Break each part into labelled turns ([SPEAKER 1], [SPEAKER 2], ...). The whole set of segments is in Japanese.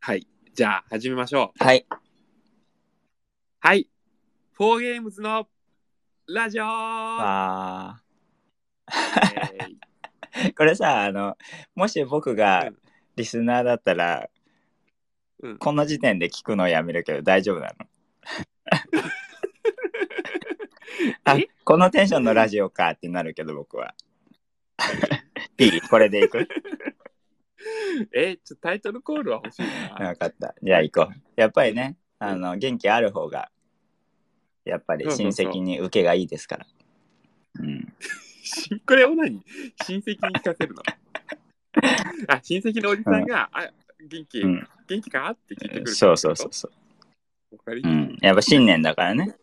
[SPEAKER 1] はい。じゃあ、始めましょう。
[SPEAKER 2] はい。
[SPEAKER 1] はい。フォーゲームズのラジオー
[SPEAKER 2] あ
[SPEAKER 1] えい
[SPEAKER 2] ーこれさ、あの、もし僕
[SPEAKER 1] う
[SPEAKER 2] が
[SPEAKER 1] ん
[SPEAKER 2] リスナーだったら、
[SPEAKER 1] うん
[SPEAKER 2] この時点で聞くのやめるけど大丈 夫なのあ
[SPEAKER 1] え、
[SPEAKER 2] このテンションのラジオかってなるけど 僕は。ピー、これでいく
[SPEAKER 1] え、ちょっとタイトルコールは欲しいな。
[SPEAKER 2] わかった。じゃあ行こう。やっぱりね、あの、元気ある方が、やっぱり親戚に受けがいいですから。うん。
[SPEAKER 1] しこれを何親戚に聞かせるのあ、親戚のおじさんが、あ、元気、
[SPEAKER 2] うん
[SPEAKER 1] 元気かって聞いてくるってこと。
[SPEAKER 2] そうそうそうそう。
[SPEAKER 1] わかり
[SPEAKER 2] う
[SPEAKER 1] まし
[SPEAKER 2] ん。やっぱ新年だからね。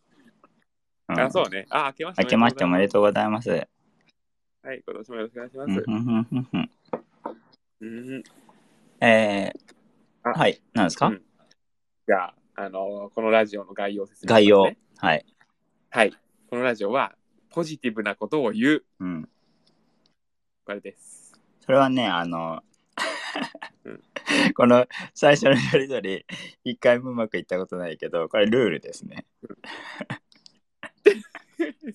[SPEAKER 1] た
[SPEAKER 2] うん
[SPEAKER 1] あ、そうね。あ、明けまして
[SPEAKER 2] 明けましておめで
[SPEAKER 1] う
[SPEAKER 2] とうございます。
[SPEAKER 1] ございます。はい、今年もよろしくお願いしま
[SPEAKER 2] うん
[SPEAKER 1] す。
[SPEAKER 2] うんうんうん
[SPEAKER 1] うん
[SPEAKER 2] えー、
[SPEAKER 1] あ
[SPEAKER 2] はい、なんですか、
[SPEAKER 1] うんじゃあ、あのこのラジオの概要を説明しますね
[SPEAKER 2] 概要。はい。
[SPEAKER 1] はい。このラジオは、ポジティブなことを言う。
[SPEAKER 2] うん。
[SPEAKER 1] これです。
[SPEAKER 2] それはね、あの
[SPEAKER 1] うん、
[SPEAKER 2] この最初のやりとり、一回もうまくいったことないけど、これルールですね。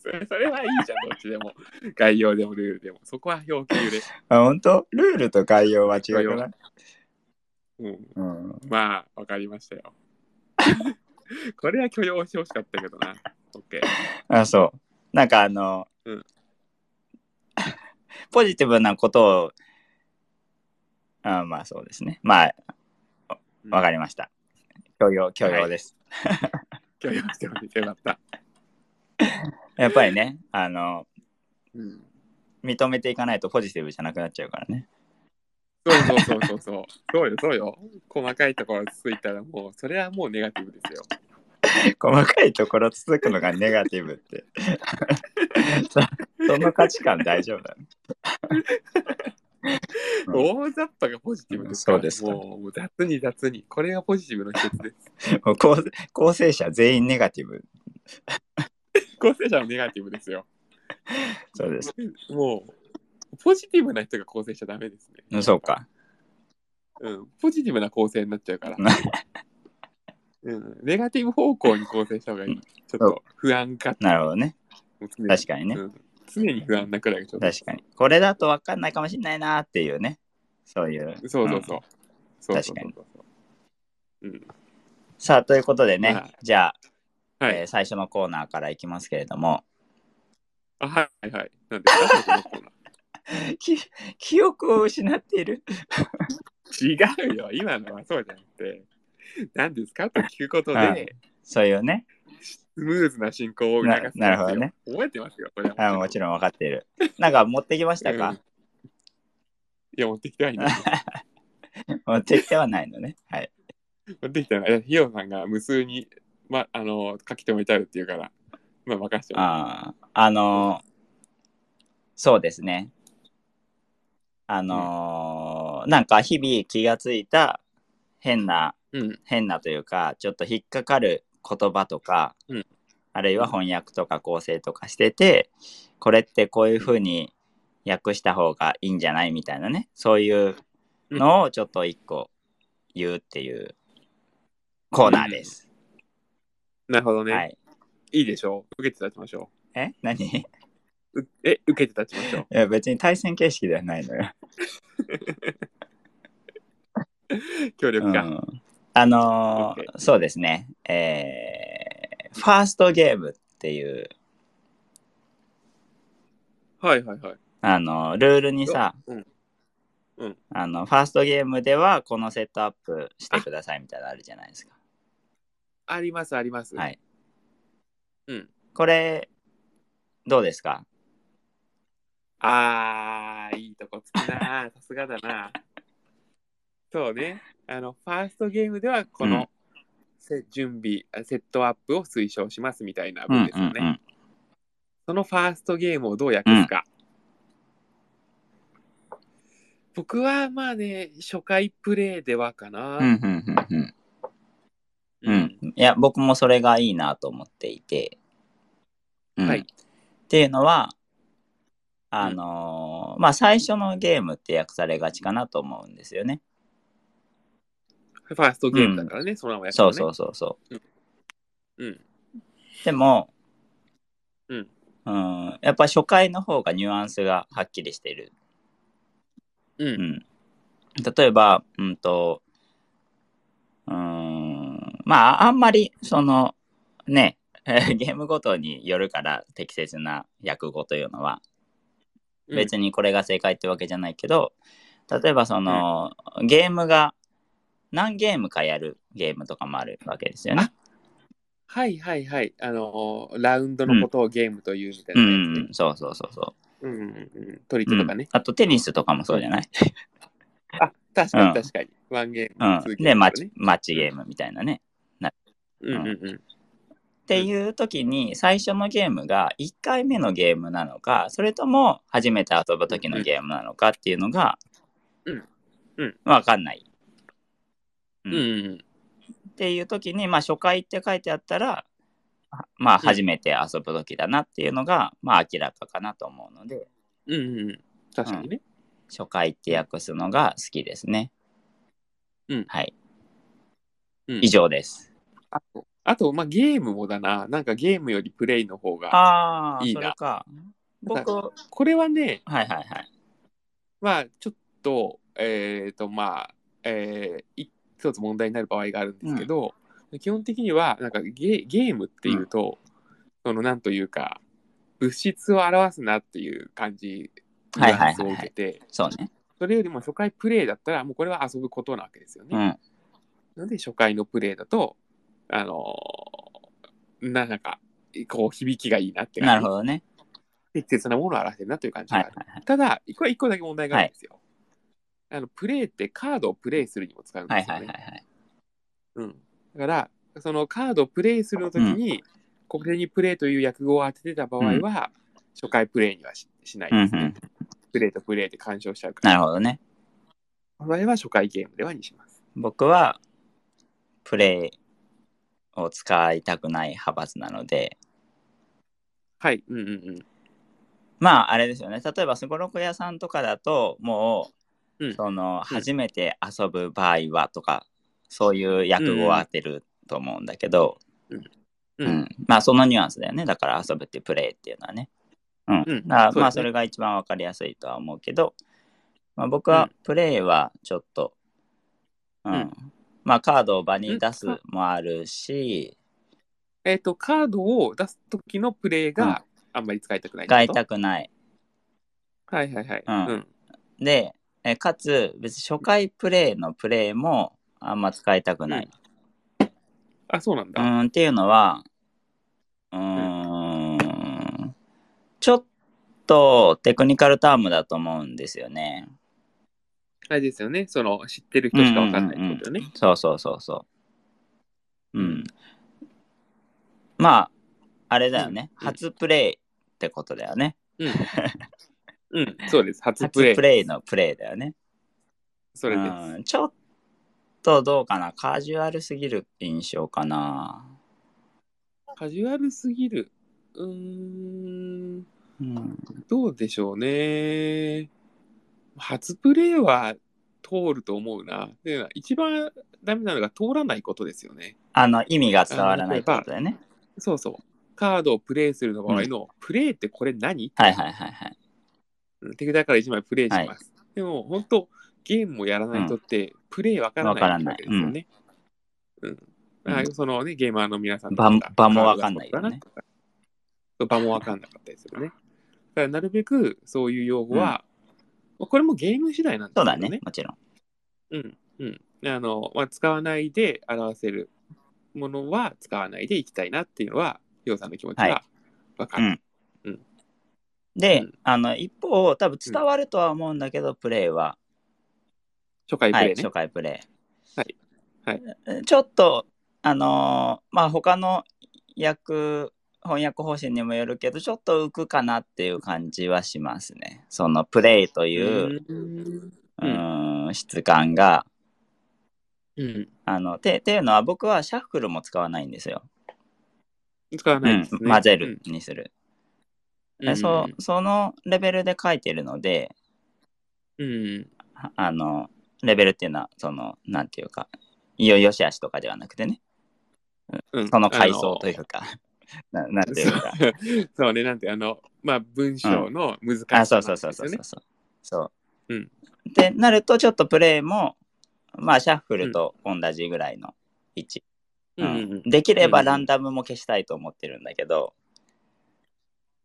[SPEAKER 1] それそれはいいじゃん、どっちでも。 概要でもルールでも。そこは表記で。
[SPEAKER 2] あ、本当ルールと概要は違
[SPEAKER 1] 概要
[SPEAKER 2] うかな、
[SPEAKER 1] うん、
[SPEAKER 2] うん、
[SPEAKER 1] まあ、わかりましたよ。 これは許容してほしかったけどな。OK。
[SPEAKER 2] あ、そう。なんかあの、
[SPEAKER 1] うん
[SPEAKER 2] ポジティブなことを、あまあそうですね。まあ、わか
[SPEAKER 1] り
[SPEAKER 2] りました。許容、許容です。
[SPEAKER 1] 許容してほしい。よかった。
[SPEAKER 2] やっぱりね、あの、
[SPEAKER 1] うん、
[SPEAKER 2] 認めていかないとポジティブじゃなくなっちゃうからね。
[SPEAKER 1] そうそうそうそうそう。そうよ、そうよ。細かいところついたらもう、それはもうネガティブですよ。
[SPEAKER 2] 細かいところ続くのがネガティブって。 そその価値観大丈夫だ、ね、
[SPEAKER 1] 大雑把がポジティブですから
[SPEAKER 2] そうですか
[SPEAKER 1] もうもう雑に雑に。これがポジティブの一つです。
[SPEAKER 2] もう構構成者全員ネガティブ。
[SPEAKER 1] 構成者もネガティブですよ。
[SPEAKER 2] そうです。
[SPEAKER 1] もう、ポジティブな人が構成しちゃダメですね。
[SPEAKER 2] うんそうか。
[SPEAKER 1] うん、ポジティブな構成になっちゃうから
[SPEAKER 2] うん。
[SPEAKER 1] うん、ネガティブ方向に構成した方がいい。ちょっと不安か。
[SPEAKER 2] なるほどね。
[SPEAKER 1] もう常に
[SPEAKER 2] 確かにね。
[SPEAKER 1] うん常に不安なくらいがちょっと。
[SPEAKER 2] 確かに。これだと分かんないかもしれないなっていうね。そういう。
[SPEAKER 1] そうそう
[SPEAKER 2] うん
[SPEAKER 1] そう。そうそうそう
[SPEAKER 2] 確かに
[SPEAKER 1] うん。
[SPEAKER 2] さあ、ということでね、
[SPEAKER 1] はい
[SPEAKER 2] じゃあ、
[SPEAKER 1] は
[SPEAKER 2] えー
[SPEAKER 1] い。
[SPEAKER 2] 最初のコーナーからいきますけれども、
[SPEAKER 1] あはいはい。なんで最初のコーナ
[SPEAKER 2] き 記憶を失っている。
[SPEAKER 1] ー違 うよ。今のはそうじゃなくて。何ですかと聞くこと
[SPEAKER 2] はい
[SPEAKER 1] で、
[SPEAKER 2] そういうね。
[SPEAKER 1] スムーズな進行を促すんですよ
[SPEAKER 2] ななるほどね。
[SPEAKER 1] 覚えてますよ、これ
[SPEAKER 2] あもちろん分かっている。なんか持ってきましたか、
[SPEAKER 1] うんいや、持ってきてはいない。
[SPEAKER 2] 持ってきてはない のね。はい。
[SPEAKER 1] 持ってきてない。いやヒヨさんが無数に、ま、あの、書き留めてあるっていうから、まあ、任せてもらう
[SPEAKER 2] あーあのーそうですね。あのーなんか日々気がついた変な、
[SPEAKER 1] うん。
[SPEAKER 2] 変なというか、ちょっと引っかかる言葉とか、
[SPEAKER 1] うん
[SPEAKER 2] あるいは翻訳とか構成とかしてて、これってこういうふうに訳した方がいいんじゃないみたいなね、そういうのをちょっと一個言うっていうコーナーです。
[SPEAKER 1] なるほどね。、
[SPEAKER 2] はいい。
[SPEAKER 1] いでしょう。受けて立ちましょ
[SPEAKER 2] え何
[SPEAKER 1] う。うえ、受けて立ちましょう。
[SPEAKER 2] いや別に対戦形式ではないのよ。
[SPEAKER 1] 協
[SPEAKER 2] う
[SPEAKER 1] 力が。
[SPEAKER 2] ん、あのー
[SPEAKER 1] OK
[SPEAKER 2] そうですね、えーファーストゲームっていう、
[SPEAKER 1] はいはいはい。
[SPEAKER 2] あのールールにさ、
[SPEAKER 1] うんうん
[SPEAKER 2] あのファーストゲームではこのセットアップしてくださいみたいなのあるじゃないですか。
[SPEAKER 1] ありますあります。
[SPEAKER 2] はい。
[SPEAKER 1] うん
[SPEAKER 2] これどうですか
[SPEAKER 1] あー、いいとこつく な。さすがだな。そうね。あの、ファーストゲームでは、この、
[SPEAKER 2] うん
[SPEAKER 1] せ準備、あセットアップを推奨しますみたいな
[SPEAKER 2] うん
[SPEAKER 1] 文
[SPEAKER 2] うん
[SPEAKER 1] です
[SPEAKER 2] う
[SPEAKER 1] よね。
[SPEAKER 2] ん。
[SPEAKER 1] そのファーストゲームをどう訳すか。僕はまあね、初回プレイではかな。
[SPEAKER 2] うんうんうんうん
[SPEAKER 1] う
[SPEAKER 2] うん
[SPEAKER 1] ん。
[SPEAKER 2] いや僕もそれがいいなと思っていて、うん
[SPEAKER 1] はい
[SPEAKER 2] っていうのはあのーまあ最初のゲームって訳されがちかなと思うんですよね。
[SPEAKER 1] ファーストゲームだからね、その名前やから
[SPEAKER 2] そ
[SPEAKER 1] ね。。
[SPEAKER 2] うそうそうそう
[SPEAKER 1] うん。
[SPEAKER 2] う。でも、
[SPEAKER 1] うん
[SPEAKER 2] うんやっぱ初回の方がニュアンスがはっきりしてる。
[SPEAKER 1] う。
[SPEAKER 2] うんん、例えば、うんと、うん、まあ、あんまり、その、ね、 ゲームごとによるから適切な訳語というのは、別にこれが正解ってわけじゃないけど、例えばその、ゲームが何ゲームかやるゲームとかもあるわけですよね。
[SPEAKER 1] はいはいはい。あのーラウンドのことをゲームというみたいな
[SPEAKER 2] う
[SPEAKER 1] やつね
[SPEAKER 2] ん、そうそうそうそう。
[SPEAKER 1] うんうんうん。トリッ
[SPEAKER 2] う
[SPEAKER 1] ク
[SPEAKER 2] ん
[SPEAKER 1] とかね。
[SPEAKER 2] あとテニスとかもそうじゃない、
[SPEAKER 1] あ、確か
[SPEAKER 2] うん
[SPEAKER 1] に確かに。ワンゲ
[SPEAKER 2] う
[SPEAKER 1] ー
[SPEAKER 2] ん
[SPEAKER 1] ム、ツー、ゲー
[SPEAKER 2] で、マ
[SPEAKER 1] ム
[SPEAKER 2] ッ
[SPEAKER 1] とかね
[SPEAKER 2] チ、マッチゲームみたいなね。
[SPEAKER 1] うんうんうん。
[SPEAKER 2] っていう時に最初のゲームが1回目のゲームなのかそれとも初めて遊ぶ時のゲームなのかっていうのが
[SPEAKER 1] うんうん
[SPEAKER 2] 分かんないうん
[SPEAKER 1] うんうん
[SPEAKER 2] っていう時に、まあ、初回って書いてあったらあまあ
[SPEAKER 1] うん
[SPEAKER 2] 初めて遊ぶ時だなっていうのが、まあ明らかかなと思うので
[SPEAKER 1] うんうんうん。確かにね。
[SPEAKER 2] 初回って訳すのが好きですね
[SPEAKER 1] うん
[SPEAKER 2] はい
[SPEAKER 1] うん
[SPEAKER 2] 以上です、
[SPEAKER 1] あと、あとまあ、ゲームもだな。なんかゲームよりプレイの方が。
[SPEAKER 2] ああ
[SPEAKER 1] いい
[SPEAKER 2] そ
[SPEAKER 1] な
[SPEAKER 2] れか
[SPEAKER 1] なん
[SPEAKER 2] 僕はい
[SPEAKER 1] これはね、
[SPEAKER 2] はいはい
[SPEAKER 1] まあ、ちょっと、えっ、と、まあ、えーい一つ問題になる場合があるんですけど、基本的には、なんかゲゲームっていうと、その、なんというか、物質を表すなっていう感じ、ニ
[SPEAKER 2] はい
[SPEAKER 1] ュ
[SPEAKER 2] は
[SPEAKER 1] ア
[SPEAKER 2] いはいはい
[SPEAKER 1] ンスを受けて、
[SPEAKER 2] そうね
[SPEAKER 1] それよりも初回プレイだったら、もうこれは遊ぶことなわけですよ
[SPEAKER 2] う
[SPEAKER 1] ね。
[SPEAKER 2] ん
[SPEAKER 1] なので、初回のプレイだと、あのーななんか、こう、響きがいいなって感じ
[SPEAKER 2] なるほどね
[SPEAKER 1] 適切なものを表してるなという感じが
[SPEAKER 2] は
[SPEAKER 1] あ
[SPEAKER 2] い
[SPEAKER 1] る。
[SPEAKER 2] はいはい
[SPEAKER 1] ただ、これ一個だけ問題があるんですよ。あのプレイってカードをプレイするにも使うん
[SPEAKER 2] は
[SPEAKER 1] で
[SPEAKER 2] い
[SPEAKER 1] すよ
[SPEAKER 2] は
[SPEAKER 1] ね。
[SPEAKER 2] いはいはい
[SPEAKER 1] うん、だから、そのカードをプレイするの時に、これにプレイという訳語を当ててた場合は、
[SPEAKER 2] うん
[SPEAKER 1] 初回プレイにはししない
[SPEAKER 2] うんう
[SPEAKER 1] ですね、
[SPEAKER 2] ん、
[SPEAKER 1] プレイとプレイで干渉しちゃうから。
[SPEAKER 2] なるほどね。
[SPEAKER 1] その場合は初回ゲームではにします。
[SPEAKER 2] 僕は、プレイを使いたくない派閥なので、
[SPEAKER 1] はい。うんうんうん。
[SPEAKER 2] まあ、あれですよね。例えば、すごろく屋さんとかだと、もう、
[SPEAKER 1] うん
[SPEAKER 2] その、初めて遊ぶ場合はとか、そういう訳語を当てると思うんだけど、
[SPEAKER 1] うん。
[SPEAKER 2] うんまあ、そのニュアンスだよね。だから、遊ぶってプレイっていうのはね。うん。
[SPEAKER 1] うん
[SPEAKER 2] だからまあ、
[SPEAKER 1] そ
[SPEAKER 2] そう
[SPEAKER 1] ですね
[SPEAKER 2] れが一番わかりやすいとは思うけど、まあ、僕
[SPEAKER 1] う
[SPEAKER 2] は
[SPEAKER 1] ん
[SPEAKER 2] プレイはちょっと、うん。
[SPEAKER 1] うん
[SPEAKER 2] まあ、カードを場に出す
[SPEAKER 1] うん
[SPEAKER 2] もあるし、
[SPEAKER 1] えっ、と、カードを出す時のプレイがあんまり使いたくないってこと
[SPEAKER 2] 使いたくない。
[SPEAKER 1] はいはいはい。
[SPEAKER 2] うんで、えかつ、別に初回プレイのプレイもあんま使いたくない。
[SPEAKER 1] あ、そうなん
[SPEAKER 2] う
[SPEAKER 1] だ。
[SPEAKER 2] ん、っていうのは、うーん、ちょっとテクニカルタームだと思うんですよね。
[SPEAKER 1] あれですよね。その、知ってる人しかわかんないってことよね。
[SPEAKER 2] そうそうそうそう。うん。まあ、あれだよね。
[SPEAKER 1] うん
[SPEAKER 2] 初プレイってことだよね。
[SPEAKER 1] うん。 うん、そうです。初
[SPEAKER 2] 初
[SPEAKER 1] プレイ。
[SPEAKER 2] プレイのプレイだよね。
[SPEAKER 1] それです。
[SPEAKER 2] うん、ちょっとどうかな。カジュアルすぎる印象かな。
[SPEAKER 1] カジュアルすぎる。うーん、
[SPEAKER 2] うん、
[SPEAKER 1] どうでしょうね。初プレイは通ると思うな。で一番ダメなのが通らないことですよね。
[SPEAKER 2] あの、意味が伝わらないってことだよね。
[SPEAKER 1] そうそう。カードをプレイするの場合の、プレイってこれ何
[SPEAKER 2] はいはいはいはい。
[SPEAKER 1] うん手札から1枚プレイします。
[SPEAKER 2] は
[SPEAKER 1] でも、本当ゲームをやらない人って、プレイわか
[SPEAKER 2] わからら
[SPEAKER 1] ない
[SPEAKER 2] ない
[SPEAKER 1] わけですよね。うん。あ
[SPEAKER 2] うん
[SPEAKER 1] そのね、ゲーマーの皆さん
[SPEAKER 2] 場場もわかんないよね。
[SPEAKER 1] そう場もわかんなかったですよね。だから、なるべくそういう用語は、まあこれもゲーム次第なんで
[SPEAKER 2] そう
[SPEAKER 1] すけ
[SPEAKER 2] だ
[SPEAKER 1] どね。
[SPEAKER 2] ね、もちろん。
[SPEAKER 1] うん。うん。あの、まあ、使わないで表せるものは使わないでいきたいなっていうのは、ようさんの気持ち
[SPEAKER 2] は
[SPEAKER 1] がわかる。
[SPEAKER 2] で、
[SPEAKER 1] うん
[SPEAKER 2] あの、一方、多分伝わるとは思うんだけど、プレイは、
[SPEAKER 1] 初回プ
[SPEAKER 2] は
[SPEAKER 1] レ
[SPEAKER 2] い、
[SPEAKER 1] イね。
[SPEAKER 2] 初回プレイ。
[SPEAKER 1] はいはい
[SPEAKER 2] ちょっと、あのーまあ、他の訳、翻訳方針にもよるけど、ちょっと浮くかなっていう感じはしますね。そのプレイという、
[SPEAKER 1] うーん
[SPEAKER 2] う
[SPEAKER 1] うん
[SPEAKER 2] ーん、質感が。
[SPEAKER 1] うん。
[SPEAKER 2] あの、て、っていうのは僕はシャッフルも使わないんですよ。
[SPEAKER 1] 使わないです
[SPEAKER 2] う
[SPEAKER 1] ね。
[SPEAKER 2] ん、混ぜるにする。
[SPEAKER 1] うん。うん
[SPEAKER 2] そそのレベルで書いてるので
[SPEAKER 1] うん。
[SPEAKER 2] ああのレベルっていうのはそのなんていうかいよよしあしとかではなくてね、
[SPEAKER 1] うん
[SPEAKER 2] その階
[SPEAKER 1] あ
[SPEAKER 2] 層というか、ななんていうか。
[SPEAKER 1] そう ね、なんて、あの、まあ、文章の難しさ、
[SPEAKER 2] あ、そうそうそうそうそう。そう。そう
[SPEAKER 1] うん
[SPEAKER 2] ってなると、ちょっとプレイも、まあ、シャッフルと同じぐらいの位置。
[SPEAKER 1] うんうんうん。
[SPEAKER 2] できれば
[SPEAKER 1] うんうん
[SPEAKER 2] ランダムも消したいと思ってるんだけど、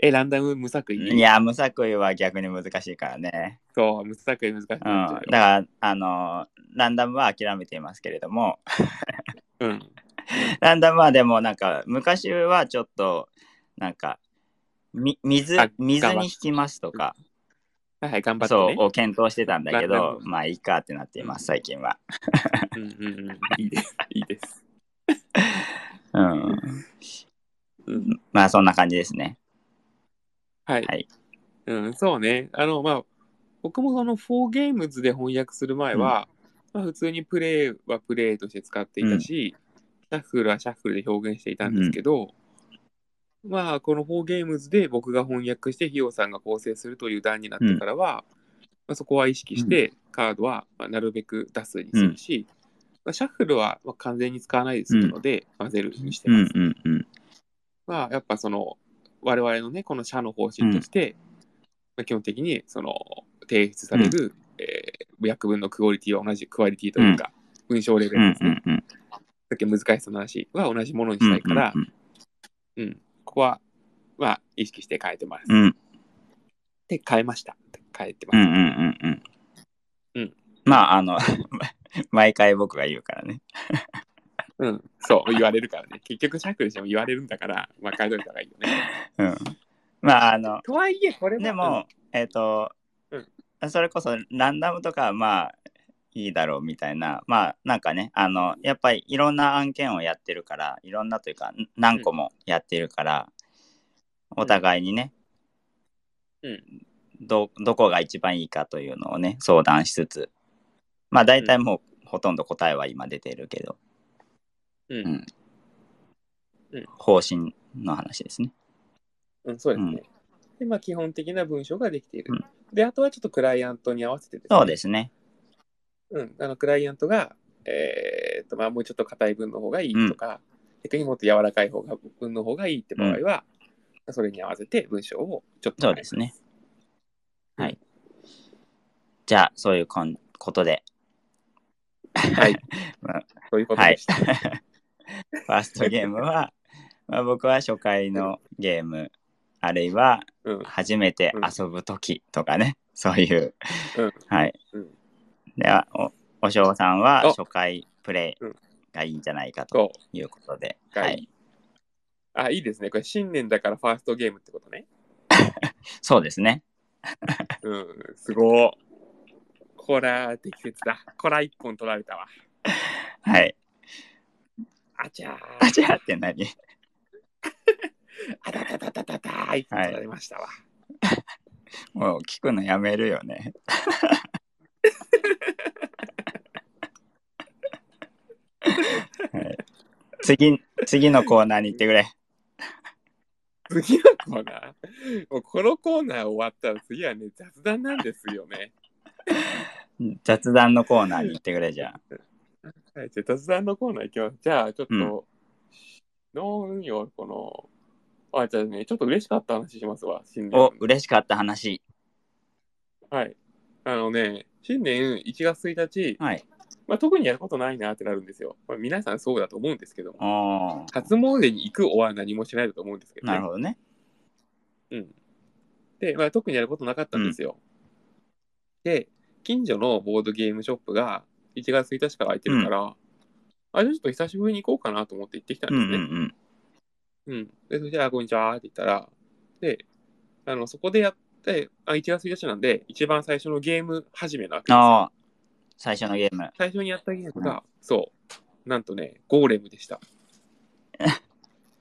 [SPEAKER 1] え、ランダム無作為
[SPEAKER 2] いや、無作為は逆に難しいからね。
[SPEAKER 1] そう、無作為難しく
[SPEAKER 2] うん。
[SPEAKER 1] な
[SPEAKER 2] だ
[SPEAKER 1] っちゃう
[SPEAKER 2] か
[SPEAKER 1] よ
[SPEAKER 2] ら、あのランダムは諦めていますけれども、
[SPEAKER 1] うん。
[SPEAKER 2] ランダムはでもなんか、昔はちょっと、なんか、み水
[SPEAKER 1] あ
[SPEAKER 2] 水
[SPEAKER 1] 頑張
[SPEAKER 2] に
[SPEAKER 1] っ
[SPEAKER 2] 引きますとか、
[SPEAKER 1] はいはい、頑張って
[SPEAKER 2] そ
[SPEAKER 1] ね
[SPEAKER 2] う、。を検討してたんだけ
[SPEAKER 1] ランダ
[SPEAKER 2] ど、
[SPEAKER 1] ム
[SPEAKER 2] まあいいかってなっています、最近は。
[SPEAKER 1] うんうんうん。いいです。いいです。
[SPEAKER 2] うん。
[SPEAKER 1] うん
[SPEAKER 2] まあそんな感じですね。
[SPEAKER 1] はい。
[SPEAKER 2] はい
[SPEAKER 1] うん、そうね。あの、まあ、僕もその4ゲームズで翻訳する前は、まあ、普通にプレイはプレイとして使っていたし、シャッフルはシャッフルで表現していたんですけど、まあ、この4ゲームズで僕が翻訳して、ヒヨさんが構成するという段になってからは、まあ、そこは意識して、カードはまあなるべく出すにするし、まあ、シャッフルはまあ完全に使わないですので、混ぜるにして
[SPEAKER 2] う
[SPEAKER 1] ます。
[SPEAKER 2] んうんうん。
[SPEAKER 1] まあ、やっぱその、我々のね、この社の方針として、まあ、基本的にその提出される、えー訳文のクオリティは同じ、クオリティというか、文章レベ
[SPEAKER 2] うんう
[SPEAKER 1] ル
[SPEAKER 2] ん
[SPEAKER 1] です
[SPEAKER 2] う
[SPEAKER 1] ね。
[SPEAKER 2] んうん
[SPEAKER 1] さっき難しさの話は同じものに
[SPEAKER 2] う
[SPEAKER 1] し
[SPEAKER 2] ん
[SPEAKER 1] たいから
[SPEAKER 2] う、ん
[SPEAKER 1] うんここは、まあ、意識して変えてます。
[SPEAKER 2] うんうん
[SPEAKER 1] で、変えました。変えて
[SPEAKER 2] う
[SPEAKER 1] ます。
[SPEAKER 2] んうんうん
[SPEAKER 1] うん
[SPEAKER 2] まああの 毎回僕が言うからね
[SPEAKER 1] うん、そう、言われるからね。結局、シャックルしても言われるんだから、まあ、変えといた方がいいよね。
[SPEAKER 2] うんまああの
[SPEAKER 1] とはいえ、これは
[SPEAKER 2] でも、、えっ、と、それこそランダムとかはまあいいだろうみたいなまあなんかねあのやっぱりいろんな案件をやってるからいろんなというかん何個もやってるから、お互いにね、
[SPEAKER 1] うん
[SPEAKER 2] どどこが一番いいかというのをね相談しつつまあ大体もうほとんど答えは今出てるけど、
[SPEAKER 1] うん、う
[SPEAKER 2] うん
[SPEAKER 1] ん、
[SPEAKER 2] 方針の話ですね。
[SPEAKER 1] うん、そうですね。で、まあ、基本的な文章ができている。で、あとはちょっとクライアントに合わせてですね
[SPEAKER 2] そうですね。
[SPEAKER 1] うん、あのクライアントが、えーっとまあ、もうちょっと硬い分の方がいいとか、逆にもっと柔らかい方が分の方がいいって場合は、それに合わせて文章をちょっと
[SPEAKER 2] そ
[SPEAKER 1] 変
[SPEAKER 2] う
[SPEAKER 1] え
[SPEAKER 2] ですね。
[SPEAKER 1] うん
[SPEAKER 2] はい。じゃあ、そういうこんこと で、
[SPEAKER 1] はい
[SPEAKER 2] まあ。
[SPEAKER 1] ということでした。
[SPEAKER 2] ファーストゲームは、まあ僕は初回のゲーム、あるいは
[SPEAKER 1] うん
[SPEAKER 2] 初めて遊ぶときとかね、そういう。
[SPEAKER 1] うん
[SPEAKER 2] はい。
[SPEAKER 1] うん
[SPEAKER 2] では、お、おしょうさんは
[SPEAKER 1] お
[SPEAKER 2] 初回プレ
[SPEAKER 1] うん
[SPEAKER 2] イがいいんじゃないかと
[SPEAKER 1] そう
[SPEAKER 2] いうことで。
[SPEAKER 1] はい
[SPEAKER 2] はい。
[SPEAKER 1] あいいですね。これ新年だからファーストゲームってことね。
[SPEAKER 2] そうですね。
[SPEAKER 1] うん、すごい。こら、適切だ。こら、一本取られたわ。
[SPEAKER 2] はい。
[SPEAKER 1] あちゃ
[SPEAKER 2] あ
[SPEAKER 1] ー。
[SPEAKER 2] じゃあって何
[SPEAKER 1] あたたたたたた、一本取られましたわ。
[SPEAKER 2] もう聞くのやめるよ ね。はい次、次のコーナーに行ってくれ。
[SPEAKER 1] 次のコーナーもうこのコーナー終わったら次はね、雑談なんですよね。
[SPEAKER 2] 雑談のコーナーに行ってくれじゃ
[SPEAKER 1] はい、じゃあ雑談のコーナー行きます。じゃあ、ちょっ
[SPEAKER 2] うん
[SPEAKER 1] と、農運用、この、あ、じゃあね、ちょっと嬉しかった話しますわ、新
[SPEAKER 2] あ。お
[SPEAKER 1] 年、。
[SPEAKER 2] 嬉しかった話。
[SPEAKER 1] はい。あのね、新年1月1日、
[SPEAKER 2] はい。
[SPEAKER 1] まあ、特にやることないなってなるんですよ。まあ、皆さんそうだと思うんですけども、
[SPEAKER 2] おー
[SPEAKER 1] 初詣に行くおは何もしないだと思うんですけどね。
[SPEAKER 2] なるほどね。
[SPEAKER 1] うん。で、まあ、特にやることなかったんですよ。で、近所のボードゲームショップが1月1日から開いてるから、あ、じゃあちょっと久しぶりに行こうかなと思って行ってきたん
[SPEAKER 2] う
[SPEAKER 1] で
[SPEAKER 2] ん
[SPEAKER 1] す
[SPEAKER 2] う
[SPEAKER 1] ね。
[SPEAKER 2] んうん。
[SPEAKER 1] うん。で、それで、あ、こんにちはって言ったら、で、あの、そこでやって、あ、1月1日なんで、一番最初のゲーム始めなわけですよ。
[SPEAKER 2] ああ。最初のゲーム。
[SPEAKER 1] 最初にやったゲームが、そう、なんとね、ゴーレムで した。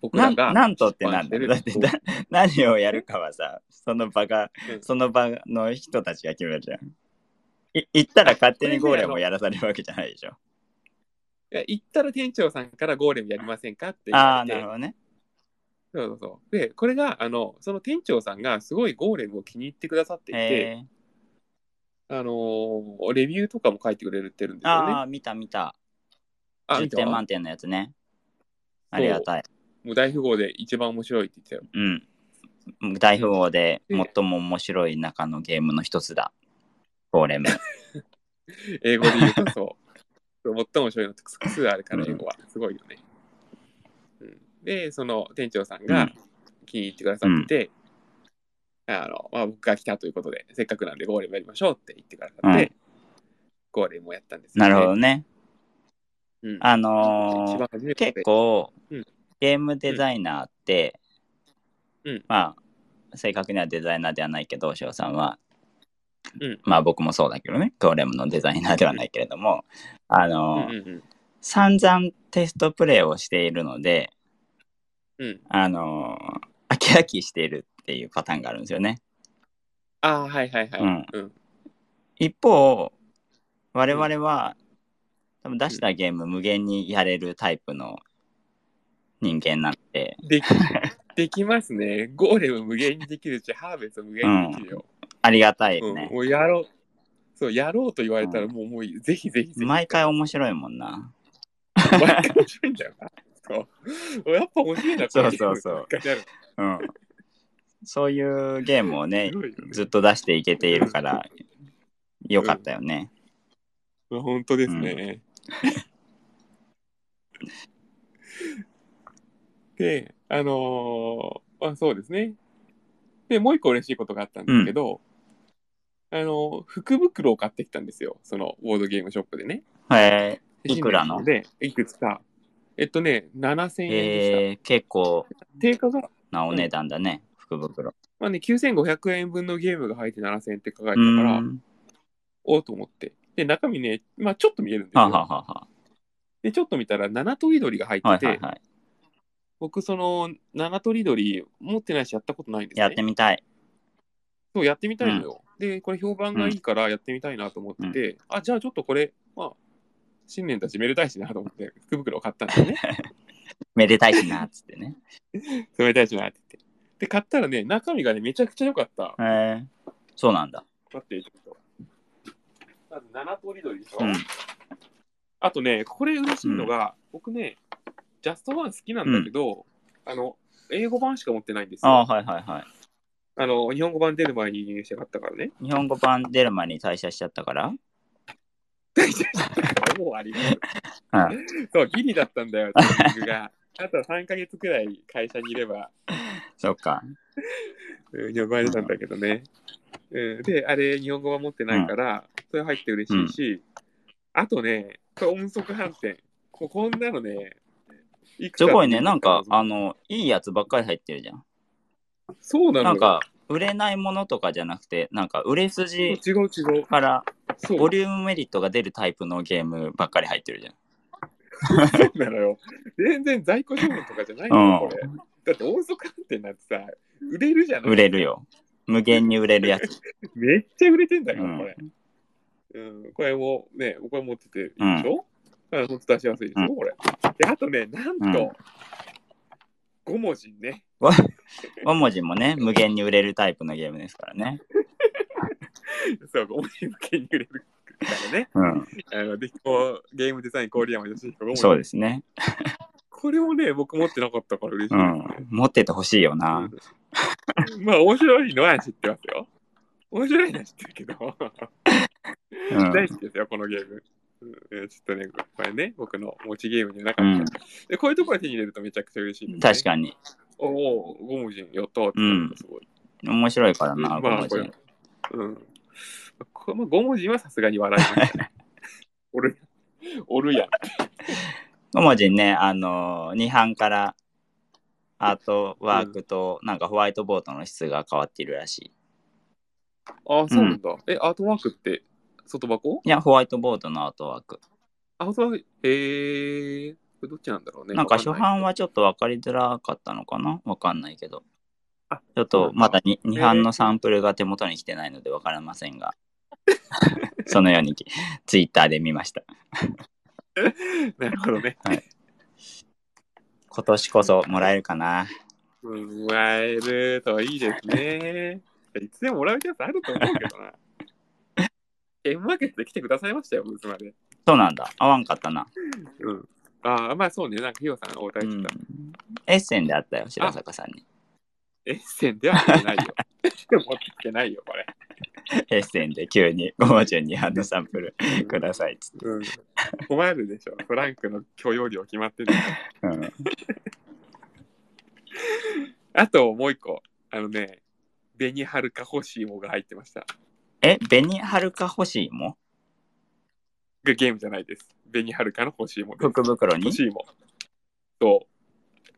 [SPEAKER 1] 僕
[SPEAKER 2] な
[SPEAKER 1] ら
[SPEAKER 2] ん
[SPEAKER 1] が、
[SPEAKER 2] なんとってなんだ
[SPEAKER 1] 出
[SPEAKER 2] よ
[SPEAKER 1] 版
[SPEAKER 2] だっ
[SPEAKER 1] してる
[SPEAKER 2] な何をやるかはさ、その場が、
[SPEAKER 1] うん
[SPEAKER 2] その場の人たちが決めるじゃん。い行ったら勝手にゴーレムをやらされるわけじゃないでしょ。
[SPEAKER 1] いや行ったら店長さんからゴーレムやりませんかって言
[SPEAKER 2] ああ
[SPEAKER 1] わ
[SPEAKER 2] ー、
[SPEAKER 1] れ
[SPEAKER 2] なる
[SPEAKER 1] て
[SPEAKER 2] ほ、どね。
[SPEAKER 1] そうそうそう。で、これが、あの、その店長さんがすごいゴーレムを気に入ってくださっていて、
[SPEAKER 2] え
[SPEAKER 1] あのーレビューとかも書いてくれるってるんですよね。
[SPEAKER 2] ああ、見た見た。
[SPEAKER 1] あ、
[SPEAKER 2] 10
[SPEAKER 1] 見た
[SPEAKER 2] 点
[SPEAKER 1] も
[SPEAKER 2] 満点のやつね。ありがたい。
[SPEAKER 1] う大富豪で一番面白いって言ってたよ。
[SPEAKER 2] うん。大富豪で最も面白い中のゲームの一つだ。ゴ ーレム。
[SPEAKER 1] 英語で言うとそう。そう最も面白いのって複数あるから、英語は。すごいよね。うん、で、その店長さん
[SPEAKER 2] う
[SPEAKER 1] が
[SPEAKER 2] ん
[SPEAKER 1] 気に入ってくださってて、あの、まあ、僕が来たということで、せっかくなんでゴーレムやりましょうって言ってくださって、
[SPEAKER 2] うん
[SPEAKER 1] ゴーレムをやったんですよ
[SPEAKER 2] な
[SPEAKER 1] ね、
[SPEAKER 2] るほどね。
[SPEAKER 1] うん。
[SPEAKER 2] あ
[SPEAKER 1] 一
[SPEAKER 2] のー
[SPEAKER 1] 番初めて
[SPEAKER 2] 結構
[SPEAKER 1] うん
[SPEAKER 2] ゲームデザイナーって、
[SPEAKER 1] うん
[SPEAKER 2] まあ正確にはデザイナーではないけど翔さんは、
[SPEAKER 1] うん
[SPEAKER 2] まあ僕もそうだけどねゴーレムのデザイナーではないけれども、あ
[SPEAKER 1] うん
[SPEAKER 2] のー
[SPEAKER 1] うん
[SPEAKER 2] 散々テストプレイをしているので
[SPEAKER 1] うん。うん、
[SPEAKER 2] あのー飽き飽きしているっていうパターンがあるんですよね。
[SPEAKER 1] ああ、はいはいはい。
[SPEAKER 2] うん
[SPEAKER 1] うん
[SPEAKER 2] 一方我々は、多分出したゲーム無限にやれるタイプの人間なので、
[SPEAKER 1] できできますね。ゴーレム無限にできるし、ハーベスト無限にできるよ。
[SPEAKER 2] ありがたいよ
[SPEAKER 1] うん
[SPEAKER 2] ね。
[SPEAKER 1] もうやろう。そう、やろうと言われたら、
[SPEAKER 2] うん
[SPEAKER 1] もう、もう、ぜひぜひぜひ。
[SPEAKER 2] 毎回面白いもんな。
[SPEAKER 1] 毎回面白いんだよな。そう。やっぱ面白いな、
[SPEAKER 2] そうそうそう
[SPEAKER 1] これ。やる
[SPEAKER 2] うん。そういうゲームをね
[SPEAKER 1] す、ごいよね
[SPEAKER 2] ずっと出していけているから、よかったよね。
[SPEAKER 1] 本当ですね。 で、あのーまあ、そうですね。で、もう一個嬉しいことがあったんですけど、あのー福袋を買ってきたんですよ。その、ボードゲームショップでね。
[SPEAKER 2] へいくらの
[SPEAKER 1] で、いくつか。えっとね、7000円
[SPEAKER 2] え
[SPEAKER 1] でした。
[SPEAKER 2] へえ結構
[SPEAKER 1] 定価が、
[SPEAKER 2] なお値段だね、福袋。
[SPEAKER 1] まあね、9500円分のゲームが入って7000円って書かれ
[SPEAKER 2] う
[SPEAKER 1] てたから、
[SPEAKER 2] ん。
[SPEAKER 1] おうと思って。で、中身ね、まあちょっと見えるんです
[SPEAKER 2] ははは
[SPEAKER 1] よ。
[SPEAKER 2] は
[SPEAKER 1] で、ちょっと見たら、七とりどりが入ってて、
[SPEAKER 2] は。はいはいはい。
[SPEAKER 1] 僕、その、七とりどり持ってないし、やったことないんですね。
[SPEAKER 2] やってみたい。
[SPEAKER 1] そう、やってみたいのよ。で、これ評判がいいからやってみたいなと思ってて、あ、じゃあちょっとこれ、まあ、新年たちめでたいしなと思って、福袋を買ったんですよね。
[SPEAKER 2] めでたいしな、つってね。
[SPEAKER 1] めでたいしなって言って。で、買ったらね、中身がね、めちゃくちゃ良かった。
[SPEAKER 2] へえそうなんだ。
[SPEAKER 1] 待って、ちょっと。まず、七とりどりでしょ。
[SPEAKER 2] うん。
[SPEAKER 1] あとね、これ嬉しいのが、僕ね、ジャストワン好きなんだけど、あの、英語版しか持ってないんです
[SPEAKER 2] あ
[SPEAKER 1] よ。
[SPEAKER 2] あ、
[SPEAKER 1] あ
[SPEAKER 2] はいはいは
[SPEAKER 1] の、日本語版出る前に入社があったから ね。
[SPEAKER 2] い。日本語版出る前に退社しちゃったから。
[SPEAKER 1] もうあります。
[SPEAKER 2] うん。
[SPEAKER 1] そう、ギリだったんだよ、タイミングが。 あと3ヶ月くらい会社にいれば、
[SPEAKER 2] そっか。
[SPEAKER 1] うん、呼ばれたんだけどね。うん、で、あれ、日本語版持ってないから、それ入って嬉しいし、あとね、これ音速反転。ここんなのね、いくつ
[SPEAKER 2] す
[SPEAKER 1] か
[SPEAKER 2] ごいね。なんか、あの、いいやつばっかり入ってるじゃん。
[SPEAKER 1] そうなのよ
[SPEAKER 2] なんか、売れないものとかじゃなくて、なんか、売れ
[SPEAKER 1] そう
[SPEAKER 2] 筋
[SPEAKER 1] 違う違う。
[SPEAKER 2] から
[SPEAKER 1] そう
[SPEAKER 2] ボリュームメリットが出るタイプのゲームばっかり入ってるじゃん。
[SPEAKER 1] そうなのよ。全然在庫処分とかじゃないのよ、
[SPEAKER 2] うん
[SPEAKER 1] これ。だって音速鑑定なんてさ、売れるじゃない
[SPEAKER 2] 売れるよ。無限に売れるやつ。
[SPEAKER 1] めっちゃ売れてんだか
[SPEAKER 2] う
[SPEAKER 1] ら、
[SPEAKER 2] ん
[SPEAKER 1] これ。うん、これもね、僕は持ってていいでしょ、うん、本当出しやすいでしょ、
[SPEAKER 2] う
[SPEAKER 1] これ。で、あとね、なんと、5文字ね。
[SPEAKER 2] 5文字もね、無限に売れるタイプのゲームですからね。
[SPEAKER 1] そう、5文字向けに売れるからね。
[SPEAKER 2] うん。
[SPEAKER 1] あのでこうゲームデザイン、郡山よしひこ5文字。
[SPEAKER 2] そうですね。
[SPEAKER 1] これもね、僕持ってなかったから嬉しいうです
[SPEAKER 2] ん
[SPEAKER 1] ね。。
[SPEAKER 2] 持っててほしいよな。
[SPEAKER 1] うんまあ、面白いのは知ってますよ。面白いのは知ってるけど、
[SPEAKER 2] うん
[SPEAKER 1] 大。好きですよ、このゲーム。うんえーちょっとね、これね、僕の持ちゲームじゃなかった、
[SPEAKER 2] うん
[SPEAKER 1] で。こういうところで手に入れるとめちゃくちゃ嬉しい、ね。
[SPEAKER 2] 確
[SPEAKER 1] に。
[SPEAKER 2] かに。
[SPEAKER 1] おお、5文字やったってすごい。
[SPEAKER 2] 面白いからな、
[SPEAKER 1] うんまあこ
[SPEAKER 2] 5文
[SPEAKER 1] れ
[SPEAKER 2] 字。
[SPEAKER 1] うん。この5文字はさすがに笑いました ね。おるおるやん。
[SPEAKER 2] 5文字ね、あのー、2版からアートワークと、なんかホワイトボードの質が変わっているらしい。
[SPEAKER 1] ああ、そうなんだ。え、アートワークって外箱
[SPEAKER 2] いや、ホワイトボードのアートワーク。
[SPEAKER 1] アートワーク、えー、これどっちなんだろうね。
[SPEAKER 2] なんか
[SPEAKER 1] わ
[SPEAKER 2] 初
[SPEAKER 1] い
[SPEAKER 2] 版はちょっと分かりづらかったのかなわかんないけど。
[SPEAKER 1] あ
[SPEAKER 2] ちょっとまだ 2, 2版のサンプルが手元に来てないので分かりませんが、 そのようにツイッターで見ました。
[SPEAKER 1] なるほどね。
[SPEAKER 2] 今年こそもらえるかな
[SPEAKER 1] うん、もらえるといいですね。いつでももらうチャンスあると思うけどな。 ゲームマーケットで来てくださいましたよ、ブースまで。
[SPEAKER 2] そうなんだ。合わんかったな。
[SPEAKER 1] うん。ああ、まあそうね。なんかヒロさんお答えしてた。
[SPEAKER 2] うんエッセンであったよ、白坂さんに。
[SPEAKER 1] エッセンでは持ってない よ。でも持ってきてないよ、これ。
[SPEAKER 2] エッセンで急に、ごまちゃんにあのサンプルくださいっつって。
[SPEAKER 1] うん。困るでしょ。フランクの許容量決まってるから。
[SPEAKER 2] うん。
[SPEAKER 1] あともう一個。あのね、紅はるか欲しいもが入ってました。
[SPEAKER 2] え、紅はるか欲しいも
[SPEAKER 1] ゲームじゃないです。紅はるかの欲しいもです。
[SPEAKER 2] 福袋に
[SPEAKER 1] 欲しいも。そう。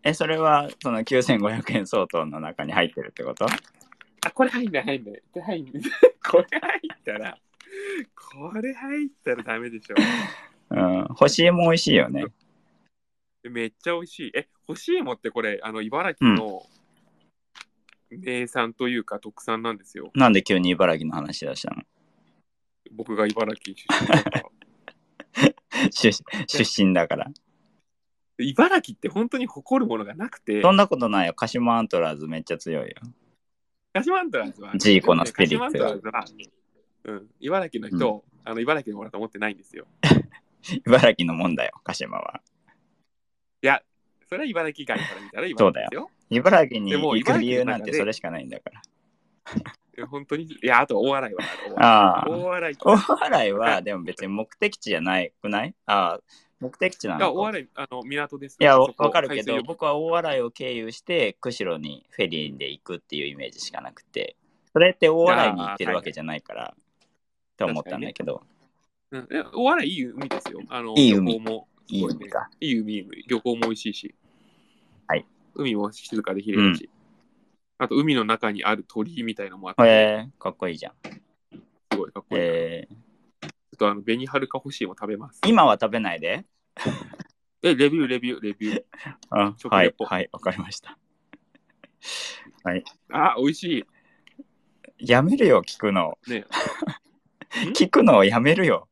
[SPEAKER 2] え、それはその9500円相当の中に入ってるってこと
[SPEAKER 1] あ、これ入んない、入んない。で入んない これ入ったら、これ入ったらダメでしょ。
[SPEAKER 2] うん。欲しいも美味しいよね。
[SPEAKER 1] めっちゃ美味しい。え、欲しいもってこれ、あの、茨城の名産というか特産なんですよ。
[SPEAKER 2] なんで急に茨城の話出したの
[SPEAKER 1] 僕が茨城出身だから。
[SPEAKER 2] 出出身だから。
[SPEAKER 1] で 茨城って本当に誇るものがなくて、
[SPEAKER 2] そんなことないよ。鹿島アントラーズめっちゃ強いよ。
[SPEAKER 1] 鹿島アントラーズは、
[SPEAKER 2] ジーコのスピリッ
[SPEAKER 1] 鹿
[SPEAKER 2] ツ
[SPEAKER 1] 島アントラーズは、うん、茨城の人、あの茨城のものだと思ってないんですよ。
[SPEAKER 2] 茨城のもんだよ、鹿島は。
[SPEAKER 1] いや、それは茨城以外から見たら茨城ですよ。
[SPEAKER 2] 茨城に
[SPEAKER 1] でも
[SPEAKER 2] 行く理由なん
[SPEAKER 1] 茨城の中
[SPEAKER 2] て
[SPEAKER 1] で
[SPEAKER 2] それしかないんだから。
[SPEAKER 1] え本当に、いや、あと大洗はあ
[SPEAKER 2] ああ
[SPEAKER 1] る。大洗大洗
[SPEAKER 2] 大洗はでも別に目的地じゃないくないああ、目的地ないの
[SPEAKER 1] や、
[SPEAKER 2] か
[SPEAKER 1] 大洗、あの、港です。
[SPEAKER 2] いや、
[SPEAKER 1] そ
[SPEAKER 2] わ
[SPEAKER 1] こ
[SPEAKER 2] わかるけ
[SPEAKER 1] 海水
[SPEAKER 2] ど、
[SPEAKER 1] 浴
[SPEAKER 2] 僕は大洗を経由して、釧路にフェリーで行くっていうイメージしかなくて、それって大洗に行ってるわけじゃないから、と思ったんだけど、
[SPEAKER 1] うんえ大洗いい海ですよ。あの、
[SPEAKER 2] いい
[SPEAKER 1] 旅
[SPEAKER 2] 海
[SPEAKER 1] 行も
[SPEAKER 2] いい海か。
[SPEAKER 1] いい海、いい海旅行も美味しいし。
[SPEAKER 2] はい。
[SPEAKER 1] 海も静かで綺麗だし。あと、海の中にある鳥居みたいなのもあって、
[SPEAKER 2] へえかっこいいじゃん。
[SPEAKER 1] すごいかっこいい。ちょ
[SPEAKER 2] えー
[SPEAKER 1] っと、あの、紅はるか欲しいも食べます。
[SPEAKER 2] 今は食べないで。
[SPEAKER 1] え、レビュー、レビュー、レビュー。
[SPEAKER 2] あ
[SPEAKER 1] 食
[SPEAKER 2] は
[SPEAKER 1] レ
[SPEAKER 2] い、
[SPEAKER 1] ポ
[SPEAKER 2] はい、わかりました。
[SPEAKER 1] あ、美味しい。
[SPEAKER 2] やめるよ、聞くの。
[SPEAKER 1] ねん
[SPEAKER 2] 聞くのをやめるよ。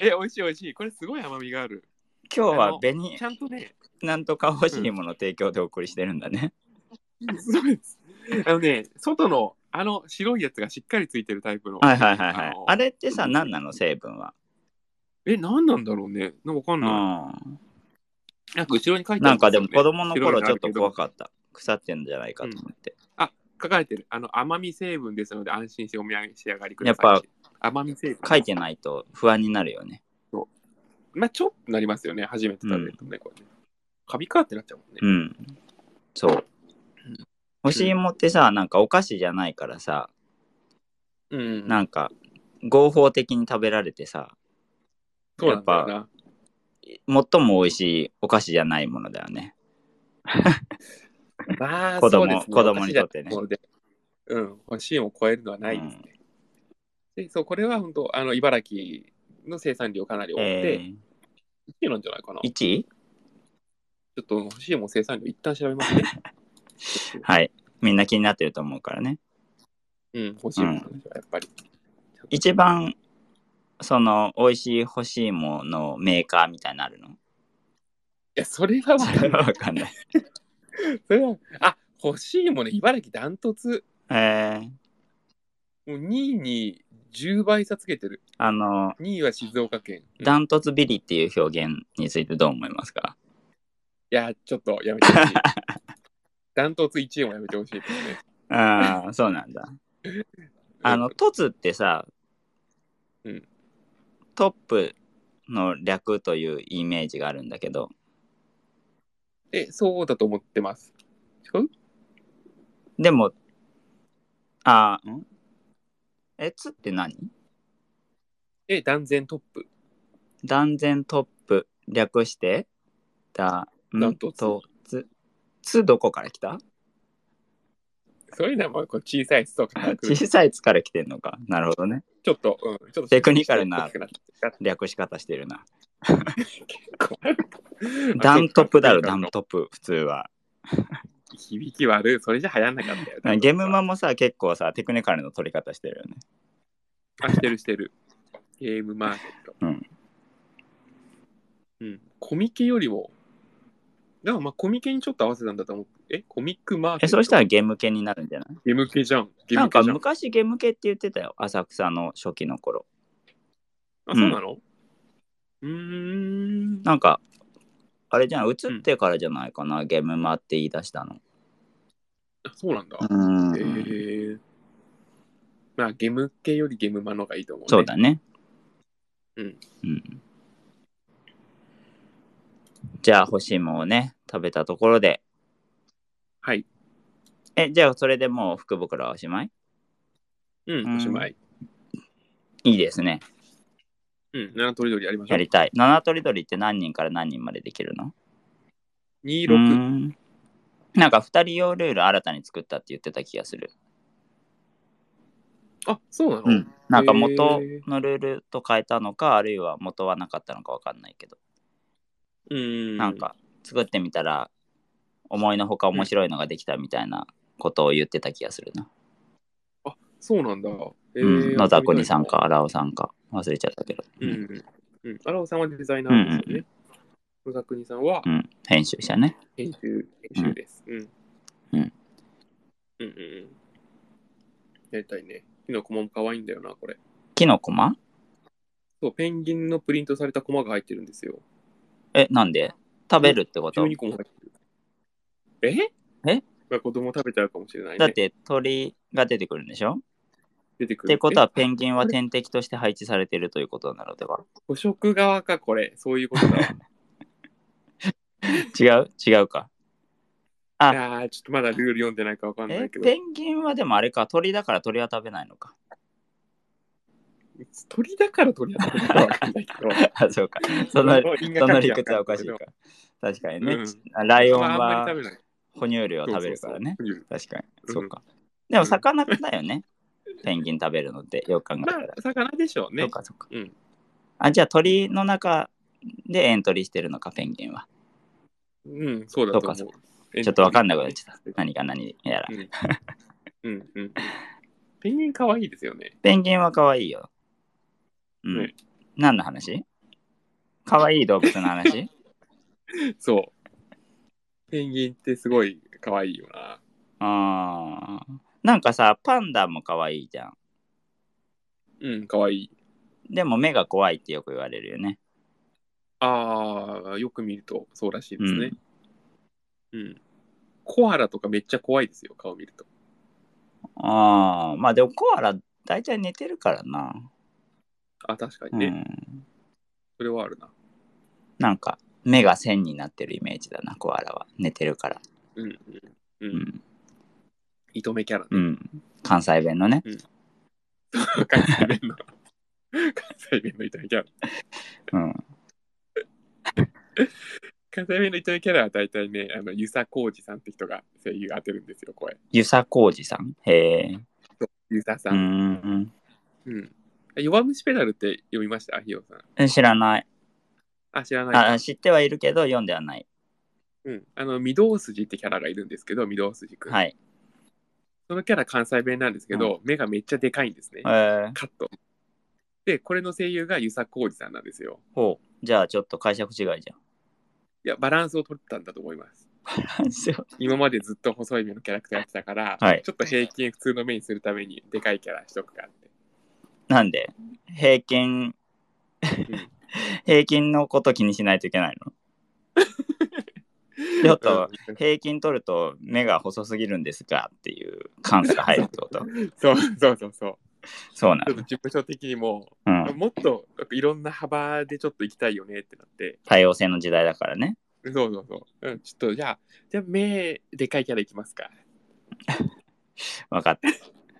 [SPEAKER 1] え、美味しい、美味しい。これすごい甘みがある。
[SPEAKER 2] 今日
[SPEAKER 1] あ
[SPEAKER 2] は
[SPEAKER 1] の
[SPEAKER 2] 紅
[SPEAKER 1] ちゃんとね、
[SPEAKER 2] なんとか欲しいもの提供でお送りしてるんだね。
[SPEAKER 1] そうです。あのね、外の、あの、白いやつがしっかりついてるタイプの。
[SPEAKER 2] はいはいはいは
[SPEAKER 1] あ
[SPEAKER 2] い
[SPEAKER 1] の。
[SPEAKER 2] あれってさ、何なの成分は。
[SPEAKER 1] え、何なんだろうね。なんかわかん
[SPEAKER 2] う
[SPEAKER 1] ない。
[SPEAKER 2] ん。
[SPEAKER 1] なんか後ろに書いて
[SPEAKER 2] なん
[SPEAKER 1] あ
[SPEAKER 2] か
[SPEAKER 1] る
[SPEAKER 2] で
[SPEAKER 1] ん
[SPEAKER 2] も
[SPEAKER 1] すよね
[SPEAKER 2] 子供の頃ちょっと
[SPEAKER 1] 白
[SPEAKER 2] 怖
[SPEAKER 1] いのある
[SPEAKER 2] かった。腐ってんじゃないかと思って。
[SPEAKER 1] けど書かれてる。あの、甘み成分ですので安心してお土産し上がりください。
[SPEAKER 2] やっ
[SPEAKER 1] ぱ、甘み成分。
[SPEAKER 2] 書いてないと不安になるよね。
[SPEAKER 1] まあ、ちょっとなりますよね。初めて食べるとね、これね。カビかってなっちゃうもんね。
[SPEAKER 2] うん。そう。干し芋ってさ、なんかお菓子じゃないからさ、
[SPEAKER 1] うん
[SPEAKER 2] なんか合法的に食べられてさ、
[SPEAKER 1] そうなんだよな。
[SPEAKER 2] 最も美味しいお菓子じゃないものだよね。
[SPEAKER 1] まあ、
[SPEAKER 2] 子供
[SPEAKER 1] そうですね
[SPEAKER 2] 子供にとってね
[SPEAKER 1] お菓子だったものでうん、欲しいを超えるのはないですね。で、そう、これは本当、あの、茨城の生産量かなり多くて、
[SPEAKER 2] え
[SPEAKER 1] 一位なんじゃないかな。
[SPEAKER 2] ー、
[SPEAKER 1] ち
[SPEAKER 2] 1位
[SPEAKER 1] ょっと欲しいも生産量一旦調べ ますね。
[SPEAKER 2] はい。みんな気になってると思うからね。
[SPEAKER 1] うん、欲しいものですよやっぱり。
[SPEAKER 2] 一番、その、美味しい欲しいものメーカーみたいなのあるの
[SPEAKER 1] いや、それはわ
[SPEAKER 2] そ
[SPEAKER 1] か
[SPEAKER 2] れ
[SPEAKER 1] んな。
[SPEAKER 2] はいわかんない。
[SPEAKER 1] それは、あ、欲しいもね、茨城ダントツ。
[SPEAKER 2] えー、
[SPEAKER 1] もう2位に10倍差つけてる。
[SPEAKER 2] あの、
[SPEAKER 1] 2位は静岡県。うん
[SPEAKER 2] ダントツビリっていう表現についてどう思いますか
[SPEAKER 1] いや、ちょっとやめてほしい。ダントツ1位もやめてほしいですね。
[SPEAKER 2] ああ、そうなんだ。あの、トツってさ、
[SPEAKER 1] うん
[SPEAKER 2] トップの略というイメージがあるんだけど、
[SPEAKER 1] え、そうだと思ってます。違う
[SPEAKER 2] でも、ああ、んえ、ツって何
[SPEAKER 1] え、断然トップ。
[SPEAKER 2] 断然トップ、略して、だ、
[SPEAKER 1] ダ
[SPEAKER 2] ん
[SPEAKER 1] ントツ
[SPEAKER 2] とつ、つどこから来た
[SPEAKER 1] そういうのはもうこう小さい巣とかから来る
[SPEAKER 2] 小さいつから来てんのか。なるほどね。
[SPEAKER 1] ちょっと、うん、ちょっと
[SPEAKER 2] テクニカルな
[SPEAKER 1] 大きくってきた
[SPEAKER 2] 略し方してるな。
[SPEAKER 1] 困る
[SPEAKER 2] ダントップだろ、
[SPEAKER 1] あ
[SPEAKER 2] ダ
[SPEAKER 1] そっ
[SPEAKER 2] ン
[SPEAKER 1] か
[SPEAKER 2] トップ、普通は。
[SPEAKER 1] 響き悪い。それじゃ流行んなかったよ。
[SPEAKER 2] なんかゲームマもさ、結構さ、テクニカルの取り方してるよね。
[SPEAKER 1] あ、してるしてる。ゲームマーケット。
[SPEAKER 2] うん。
[SPEAKER 1] うん。コミケよりも、だからまあコミケにちょっと合わせたんだと思う。え、コミックマーケット。
[SPEAKER 2] え、そうした
[SPEAKER 1] ら
[SPEAKER 2] らゲーム系になるんじゃない
[SPEAKER 1] ゲーム系じゃん。ゲー
[SPEAKER 2] なん
[SPEAKER 1] ム系
[SPEAKER 2] か
[SPEAKER 1] じゃん。
[SPEAKER 2] 昔ゲーム系って言ってたよ、浅草の初期の頃。
[SPEAKER 1] あ、そうなの、うーん。
[SPEAKER 2] なんか、あれじゃん、移ってからじゃないかな、ゲームマって言い出したの。
[SPEAKER 1] あそうなんだ。
[SPEAKER 2] うん
[SPEAKER 1] えー。まあ、ゲム系よりゲムマの方がいいと思う、ね。
[SPEAKER 2] そうだね。
[SPEAKER 1] うん。
[SPEAKER 2] うん。じゃあ、星もをね、食べたところで。
[SPEAKER 1] はい。
[SPEAKER 2] え、じゃあ、それでもう福袋はおしまい
[SPEAKER 1] う
[SPEAKER 2] うん
[SPEAKER 1] ん、おしまい。
[SPEAKER 2] いいですね。
[SPEAKER 1] うん、七とりどりやりましょ
[SPEAKER 2] や
[SPEAKER 1] う。
[SPEAKER 2] りたい。七とりどりって何人から何人までできるの
[SPEAKER 1] 二
[SPEAKER 2] う
[SPEAKER 1] 六。
[SPEAKER 2] んなんか2人用ルール新たに作ったって言ってた気がする。
[SPEAKER 1] あ、そうなの、
[SPEAKER 2] うん、なんか元
[SPEAKER 1] へー
[SPEAKER 2] のルールと変えたのか、あるいは元はなかったのかわかんないけど、
[SPEAKER 1] うーん。
[SPEAKER 2] なん。か作ってみたら思いのほか面白いのができたみたいなことを言ってた気がするな。
[SPEAKER 1] そうなんだ。え
[SPEAKER 2] うん
[SPEAKER 1] ー
[SPEAKER 2] 野田国さんか荒尾さんか忘れちゃったけど、
[SPEAKER 1] う
[SPEAKER 2] うん
[SPEAKER 1] ん。うん。荒尾さんはデザイナーですよね。野田国さんは
[SPEAKER 2] うん編集者ね。
[SPEAKER 1] 編集、編集です。うん。
[SPEAKER 2] うん
[SPEAKER 1] うんうんうん。やりたいね。木のコマも可愛いんだよな、これ。
[SPEAKER 2] キノコマ
[SPEAKER 1] そう、ペンギンのプリントされたコマが入ってるんですよ。
[SPEAKER 2] え、なんで食べるってこと
[SPEAKER 1] 12個も入ってる。え
[SPEAKER 2] え
[SPEAKER 1] まあ、子供食べちゃうかもしれないね。
[SPEAKER 2] だって鳥が出てくるんでしょ
[SPEAKER 1] 出てく
[SPEAKER 2] っ
[SPEAKER 1] る。
[SPEAKER 2] てこと
[SPEAKER 1] え
[SPEAKER 2] はペンギンは天敵として配置されているということなのでは
[SPEAKER 1] 捕食側か、これ。そういうこと だわ。
[SPEAKER 2] 違う違うか。あ
[SPEAKER 1] いやーちょっとまだルール読んでないかわかんな
[SPEAKER 2] え
[SPEAKER 1] いけど
[SPEAKER 2] ペ。ンギンはでもあれか鳥だから鳥は食べないのか。
[SPEAKER 1] 鳥だから鳥だったかわかんないけど。
[SPEAKER 2] あそ うか。 その
[SPEAKER 1] 因果
[SPEAKER 2] その
[SPEAKER 1] 関
[SPEAKER 2] 理
[SPEAKER 1] 係
[SPEAKER 2] 屈はおかしい
[SPEAKER 1] わ
[SPEAKER 2] か
[SPEAKER 1] んない。
[SPEAKER 2] 確かに
[SPEAKER 1] けど。
[SPEAKER 2] ね、
[SPEAKER 1] うん
[SPEAKER 2] ライオン
[SPEAKER 1] まああん
[SPEAKER 2] は
[SPEAKER 1] まり食べない。
[SPEAKER 2] 哺乳類を食べるからね。
[SPEAKER 1] そうそうそう。
[SPEAKER 2] 確かに。
[SPEAKER 1] うん
[SPEAKER 2] そうか。でも魚だよね。ペンギン食べるのってよく考えた
[SPEAKER 1] ま
[SPEAKER 2] ら。
[SPEAKER 1] あ、魚でしょう
[SPEAKER 2] そ
[SPEAKER 1] ね
[SPEAKER 2] う。かそうか。
[SPEAKER 1] うん
[SPEAKER 2] あじゃあ鳥の中でエントリーしてるのかペンギンは。
[SPEAKER 1] うん、そうだと
[SPEAKER 2] そ
[SPEAKER 1] 思
[SPEAKER 2] う
[SPEAKER 1] う。
[SPEAKER 2] ちょっとわかんなくなっちゃった
[SPEAKER 1] うん。
[SPEAKER 2] 何が何やら。
[SPEAKER 1] うんうん。ペンギン可愛いですよね。
[SPEAKER 2] ペンギンは可愛いよ。うん。
[SPEAKER 1] ね
[SPEAKER 2] 何の話可愛い動物の話
[SPEAKER 1] そう。ペンギンってすごい可愛いよな。
[SPEAKER 2] あーなんかさ、パンダも可愛いじゃん。
[SPEAKER 1] うん、可愛い。
[SPEAKER 2] でも目が怖いってよく言われるよね。
[SPEAKER 1] ああ、よく見るとそうらしいですね
[SPEAKER 2] う。
[SPEAKER 1] うん。コアラとかめっちゃ怖いですよ、顔見ると。
[SPEAKER 2] ああ、まあでもコアラ大体寝てるからな。
[SPEAKER 1] あ、確か
[SPEAKER 2] う
[SPEAKER 1] にね。
[SPEAKER 2] ん。
[SPEAKER 1] それはあるな。
[SPEAKER 2] なんか目が線になってるイメージだな、コアラは。寝てるから。
[SPEAKER 1] うんうん。
[SPEAKER 2] う
[SPEAKER 1] うん。
[SPEAKER 2] ん。
[SPEAKER 1] 糸目キャラ
[SPEAKER 2] う
[SPEAKER 1] ね。
[SPEAKER 2] ん。関西弁のね。
[SPEAKER 1] 関西弁の。関西弁の糸目キャラ。
[SPEAKER 2] うん。
[SPEAKER 1] 関西弁の糸目キャラは大体ね、あの、遊佐浩二さんって人が声優当てるんですよ、声。
[SPEAKER 2] ゆさこうじさん。へえ。
[SPEAKER 1] 遊佐さ。
[SPEAKER 2] うんん。
[SPEAKER 1] うん。弱虫ペダルって読みましたひよさん。
[SPEAKER 2] うん知らない。
[SPEAKER 1] あ、知らない。
[SPEAKER 2] あ知ってはいるけど読んではない。
[SPEAKER 1] うん。あの、御堂筋ってキャラがいるんですけど、御堂筋くん。
[SPEAKER 2] はい。
[SPEAKER 1] そのキャラ関西弁なんですけど、目がめっちゃでかいんですね
[SPEAKER 2] え。ー、
[SPEAKER 1] カット。で、これの声優が遊佐浩二さんなんですよ。
[SPEAKER 2] ほう。じゃあちょっと解釈違いじ
[SPEAKER 1] いや、バランスを取ったんだと思います。
[SPEAKER 2] ゃん。 そう
[SPEAKER 1] 今までずっと細い目のキャラクターやってたから、
[SPEAKER 2] はい
[SPEAKER 1] ちょっと平均普通の目にするためにでかいキャラしとくかって。
[SPEAKER 2] なんで平均、
[SPEAKER 1] ん
[SPEAKER 2] 平均のこと気にしないといけないのちょっと
[SPEAKER 1] うん
[SPEAKER 2] 平均取ると目が細すぎるんですがっていう感想が入るってこと
[SPEAKER 1] そうそうそうそう。
[SPEAKER 2] そうな
[SPEAKER 1] ちょっと事務所的にも、
[SPEAKER 2] の、うん、
[SPEAKER 1] もっといろんな幅でちょっと行きたいよねってなって、
[SPEAKER 2] 多様性の時代だからね
[SPEAKER 1] そうそうそう。うん、ちょっとじゃあ、じゃあ目でかいキャラいきますか。
[SPEAKER 2] 分かっ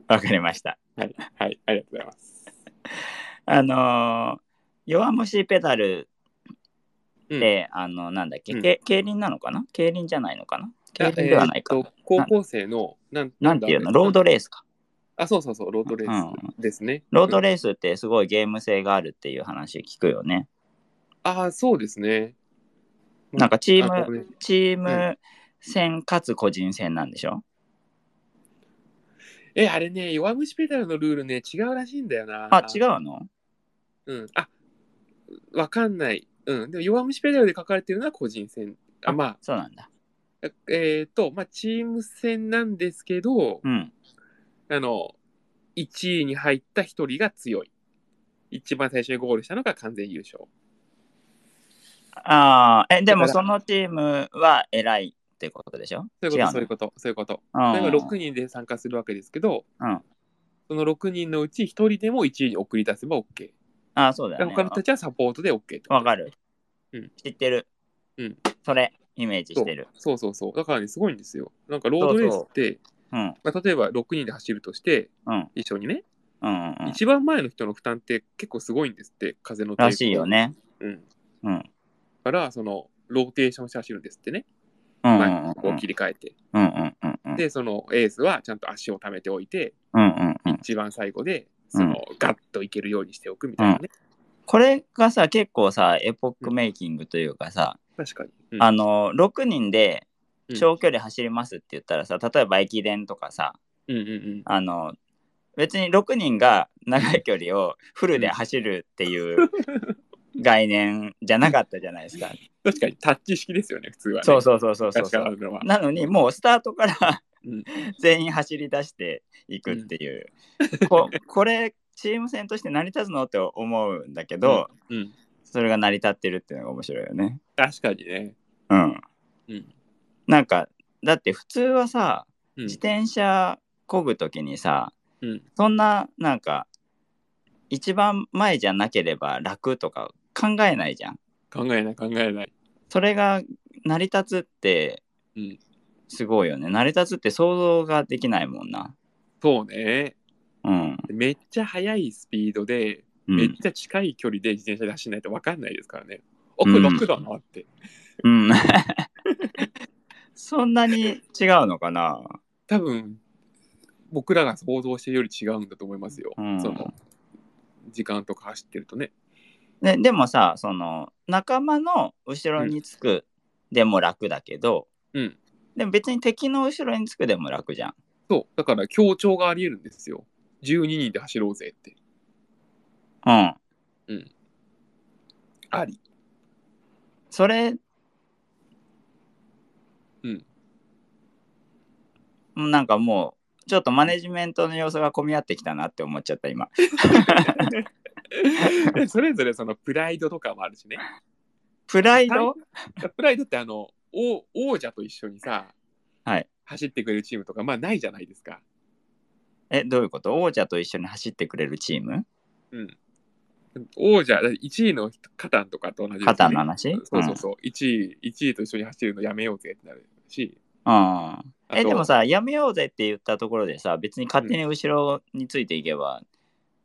[SPEAKER 2] た分かりました
[SPEAKER 1] はい、はい、ありがとうございます。
[SPEAKER 2] あのー弱虫ペダル
[SPEAKER 1] うん
[SPEAKER 2] で、あのなんだっけ、
[SPEAKER 1] うん
[SPEAKER 2] け競輪なのかな競輪じゃないのかな競輪ではないか、
[SPEAKER 1] えーっと高校生の、なん
[SPEAKER 2] なんていうのロードレースか
[SPEAKER 1] あ、そうそうそう、ロードレー
[SPEAKER 2] う
[SPEAKER 1] スですね。
[SPEAKER 2] ロード
[SPEAKER 1] レース。
[SPEAKER 2] レースってすごいゲーム性があるっていう話聞くよね
[SPEAKER 1] ああ、そうですね。うん
[SPEAKER 2] なんかチーム、
[SPEAKER 1] あごめん
[SPEAKER 2] チーム戦かつ個人戦なんでしょ、
[SPEAKER 1] え、あれね、弱虫ペダルのルールね、違うらしいんだよな。
[SPEAKER 2] あ違うの
[SPEAKER 1] うん、あわかんない。うん、でも弱虫ペダルで書かれてるのは個人戦。あま
[SPEAKER 2] そうなんだ。
[SPEAKER 1] あ、えっ、と、まあ、チーム戦なんですけど、
[SPEAKER 2] うん。
[SPEAKER 1] あの、1位に入った1人が強い。一番最初にゴールしたのが完全優勝。
[SPEAKER 2] ああ、え、でも
[SPEAKER 1] だか
[SPEAKER 2] そのチームは偉いってことでしょ
[SPEAKER 1] そういうこ
[SPEAKER 2] 違う
[SPEAKER 1] と、
[SPEAKER 2] の
[SPEAKER 1] そういうこと、そういうこと。
[SPEAKER 2] うん
[SPEAKER 1] 例えば6人で参加するわけですけど、
[SPEAKER 2] うん
[SPEAKER 1] その6人のうち1人でも1位に送り出せば OK。
[SPEAKER 2] ああ、そうだよね。
[SPEAKER 1] 他の人たちはサポートで OK ってこと
[SPEAKER 2] わかる
[SPEAKER 1] うん。
[SPEAKER 2] 知ってる。
[SPEAKER 1] うん。
[SPEAKER 2] それ、イメージしてる。
[SPEAKER 1] そうそうそう。だからね、すごいんですよ。なんかロードレースって、
[SPEAKER 2] うん。
[SPEAKER 1] まあ、例えば6人で走るとして、
[SPEAKER 2] うん。
[SPEAKER 1] 一緒にね、
[SPEAKER 2] うん。うん
[SPEAKER 1] 一番前の人の負担って結構すごいんですって、風の抵抗
[SPEAKER 2] らしいよ。ね。
[SPEAKER 1] うん。だ
[SPEAKER 2] うん。
[SPEAKER 1] から、その、ローテーションして走るんですってね。
[SPEAKER 2] うん。うん。う
[SPEAKER 1] 前
[SPEAKER 2] ん
[SPEAKER 1] に。こう切り替えて。
[SPEAKER 2] うん。うん。うん。うん。
[SPEAKER 1] で、そのエースはちゃんと足を溜めておいて、
[SPEAKER 2] うん。うん。うん。
[SPEAKER 1] 一番最後で、その、ガッといけるようにしておくみたいなね。
[SPEAKER 2] これがさ、結構さ、エポックメイキングというかさ、
[SPEAKER 1] 確かに。うん
[SPEAKER 2] あの、6人で
[SPEAKER 1] うん
[SPEAKER 2] 長距離走りますって言ったらさ、例えば駅伝とかさ、
[SPEAKER 1] うんうんうん。
[SPEAKER 2] あの、別に6人が長い距離をフルで走るっていう概念じゃなかったじゃないですか。
[SPEAKER 1] 確かに、タッチ式ですよね、普通は、ね。
[SPEAKER 2] そう
[SPEAKER 1] う
[SPEAKER 2] そうそうそうそう
[SPEAKER 1] 確
[SPEAKER 2] そ
[SPEAKER 1] か
[SPEAKER 2] う。
[SPEAKER 1] にのは。
[SPEAKER 2] なのにもうスタートから
[SPEAKER 1] うん
[SPEAKER 2] 全員走り出していくっていう、ここれチーム戦として成り立つのって思うんだけど、
[SPEAKER 1] うん。
[SPEAKER 2] それが成り立ってるっていうのが面白いよね。
[SPEAKER 1] 確かにね。
[SPEAKER 2] うん。
[SPEAKER 1] うん。
[SPEAKER 2] なんかだって普通はさ
[SPEAKER 1] うん
[SPEAKER 2] 自転車漕ぐ時にさ、
[SPEAKER 1] うん
[SPEAKER 2] そんななんか一番前じゃなければ楽とか考えないじゃん。
[SPEAKER 1] 考えない考えない。
[SPEAKER 2] それが成り立つって
[SPEAKER 1] うん
[SPEAKER 2] すごいよね。成り立つって想像ができないもんな。
[SPEAKER 1] そうね。
[SPEAKER 2] うん。
[SPEAKER 1] めっちゃ速いスピードで、
[SPEAKER 2] うん
[SPEAKER 1] めっちゃ近い距離で自転車で走らないと分かんないですからね。あ、これ楽だなって。
[SPEAKER 2] うん。そんなに違うのかな。
[SPEAKER 1] 多分、僕らが想像してるより違うんだと思いますよ。
[SPEAKER 2] うん
[SPEAKER 1] その、時間とか走ってるとね。
[SPEAKER 2] ね、でもさ、その仲間の後ろにつくでも楽だけど、
[SPEAKER 1] うん。
[SPEAKER 2] でも別に敵の後ろにつくでも楽じゃん。
[SPEAKER 1] そう。だから、協調があり得るんですよ。12人で走ろうぜ って。
[SPEAKER 2] うん。
[SPEAKER 1] あり。
[SPEAKER 2] それ、
[SPEAKER 1] うん。
[SPEAKER 2] なんかもう、ちょっとマネジメントの要素が混み合ってきたなって思っちゃった今。
[SPEAKER 1] でそれぞれそのプライドとかもあるしね。
[SPEAKER 2] プライド
[SPEAKER 1] プライドってあの王王者と一緒にさ、
[SPEAKER 2] はい
[SPEAKER 1] 走ってくれるチームとかまあないじゃないですか。
[SPEAKER 2] え、どういうこと王者と一緒に走ってくれるチーム
[SPEAKER 1] うん、王者1位の人カタンとかと同じですよね、
[SPEAKER 2] 肩の話
[SPEAKER 1] そうそうそう、1位1位と一緒に走るのやめようぜってなるし
[SPEAKER 2] うん。うん
[SPEAKER 1] あと
[SPEAKER 2] え、でもさ、やめようぜって言ったところでさ、別に勝手に後ろについていけば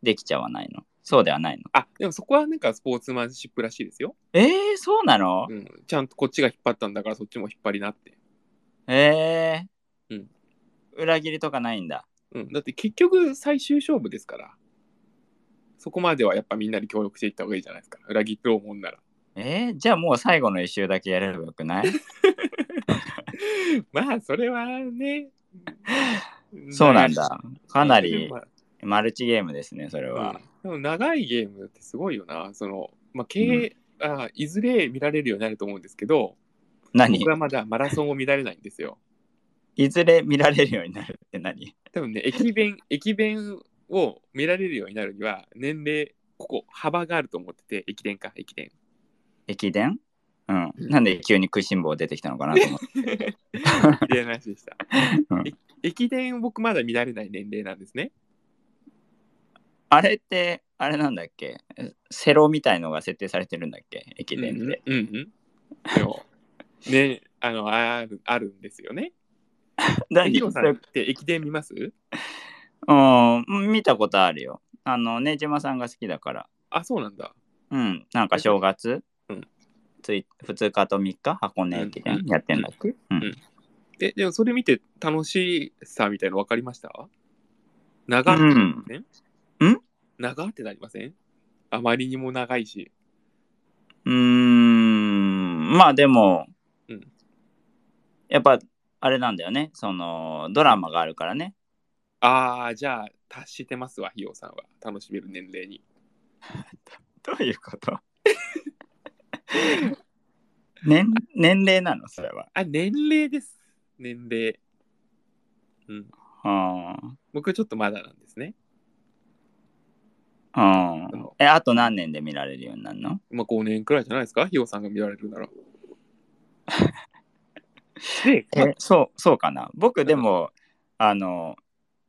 [SPEAKER 2] できちゃわないの。そうではないの。
[SPEAKER 1] あでもそこはなんかスポーツマンシップらしいですよ、
[SPEAKER 2] えー、そうなの、
[SPEAKER 1] うん、ちゃんとこっちが引っ張ったんだからそっちも引っ張りなって、
[SPEAKER 2] えー、
[SPEAKER 1] うん
[SPEAKER 2] 裏切りとかないんだ。
[SPEAKER 1] うん、だって結局最終勝負ですからそこまではやっぱみんなで協力していった方がいいじゃないですか裏切って思うんなら
[SPEAKER 2] えー、じゃあもう最後の一周だけやればよくない
[SPEAKER 1] まあそれはね
[SPEAKER 2] そうなんだ。かな
[SPEAKER 1] で
[SPEAKER 2] り
[SPEAKER 1] もまあ
[SPEAKER 2] マルチゲームですね、それは。
[SPEAKER 1] うんでも長いゲームってすごいよな。そのまあ、経営、あいずれ見られるようになると思うんですけど、
[SPEAKER 2] 何
[SPEAKER 1] 僕はまだマラソンを見られないんですよ。
[SPEAKER 2] いずれ見られるようになるって何
[SPEAKER 1] 多分ね、駅 弁、駅弁を見られるようになるには、年齢、ここ、幅があると思ってて、駅伝か、駅 伝。
[SPEAKER 2] 駅伝うん。なんで急に食いしん坊出てきたのかなと思って。
[SPEAKER 1] 駅伝の話でした
[SPEAKER 2] うん。
[SPEAKER 1] え駅伝、僕まだ見られない年齢なんですね。
[SPEAKER 2] あれって、あれなんだっけセロみたいのが設定されてるんだっけ駅伝って。
[SPEAKER 1] うんうん、うんうん。でも、ね、あの、ある、あるんですよね。え、
[SPEAKER 2] 何
[SPEAKER 1] ヒロさんって駅伝見ます
[SPEAKER 2] うん、見たことあるよ。あの、ねじまさんが好きだから。
[SPEAKER 1] あ、そうなんだ。
[SPEAKER 2] うん、なんか正月、
[SPEAKER 1] うん
[SPEAKER 2] つい2日と3日、箱根駅
[SPEAKER 1] う
[SPEAKER 2] 伝
[SPEAKER 1] ん
[SPEAKER 2] やってんだっけ、うん
[SPEAKER 1] うんえ、でもそれ見て楽しさみたいの分かりました長ってなりません、
[SPEAKER 2] うんん
[SPEAKER 1] 長ってなりませんあまりにも長いし。
[SPEAKER 2] うーんまあでも、
[SPEAKER 1] うん
[SPEAKER 2] やっぱあれなんだよねそのドラマがあるからね
[SPEAKER 1] ああ、じゃあ、達してますわ、ひよさんは。楽しめる年齢に。
[SPEAKER 2] どういうこと 年年齢なのそれは
[SPEAKER 1] あ、年齢です。年齢。うん。
[SPEAKER 2] うん
[SPEAKER 1] 僕はちょっとまだなんですね。
[SPEAKER 2] あうん。え、あと何年で見られるようになるの
[SPEAKER 1] まあ、5年くらいじゃないですかひよさんが見られ るなら。で、まあ
[SPEAKER 2] え、そう、そうかな。僕でも、あの、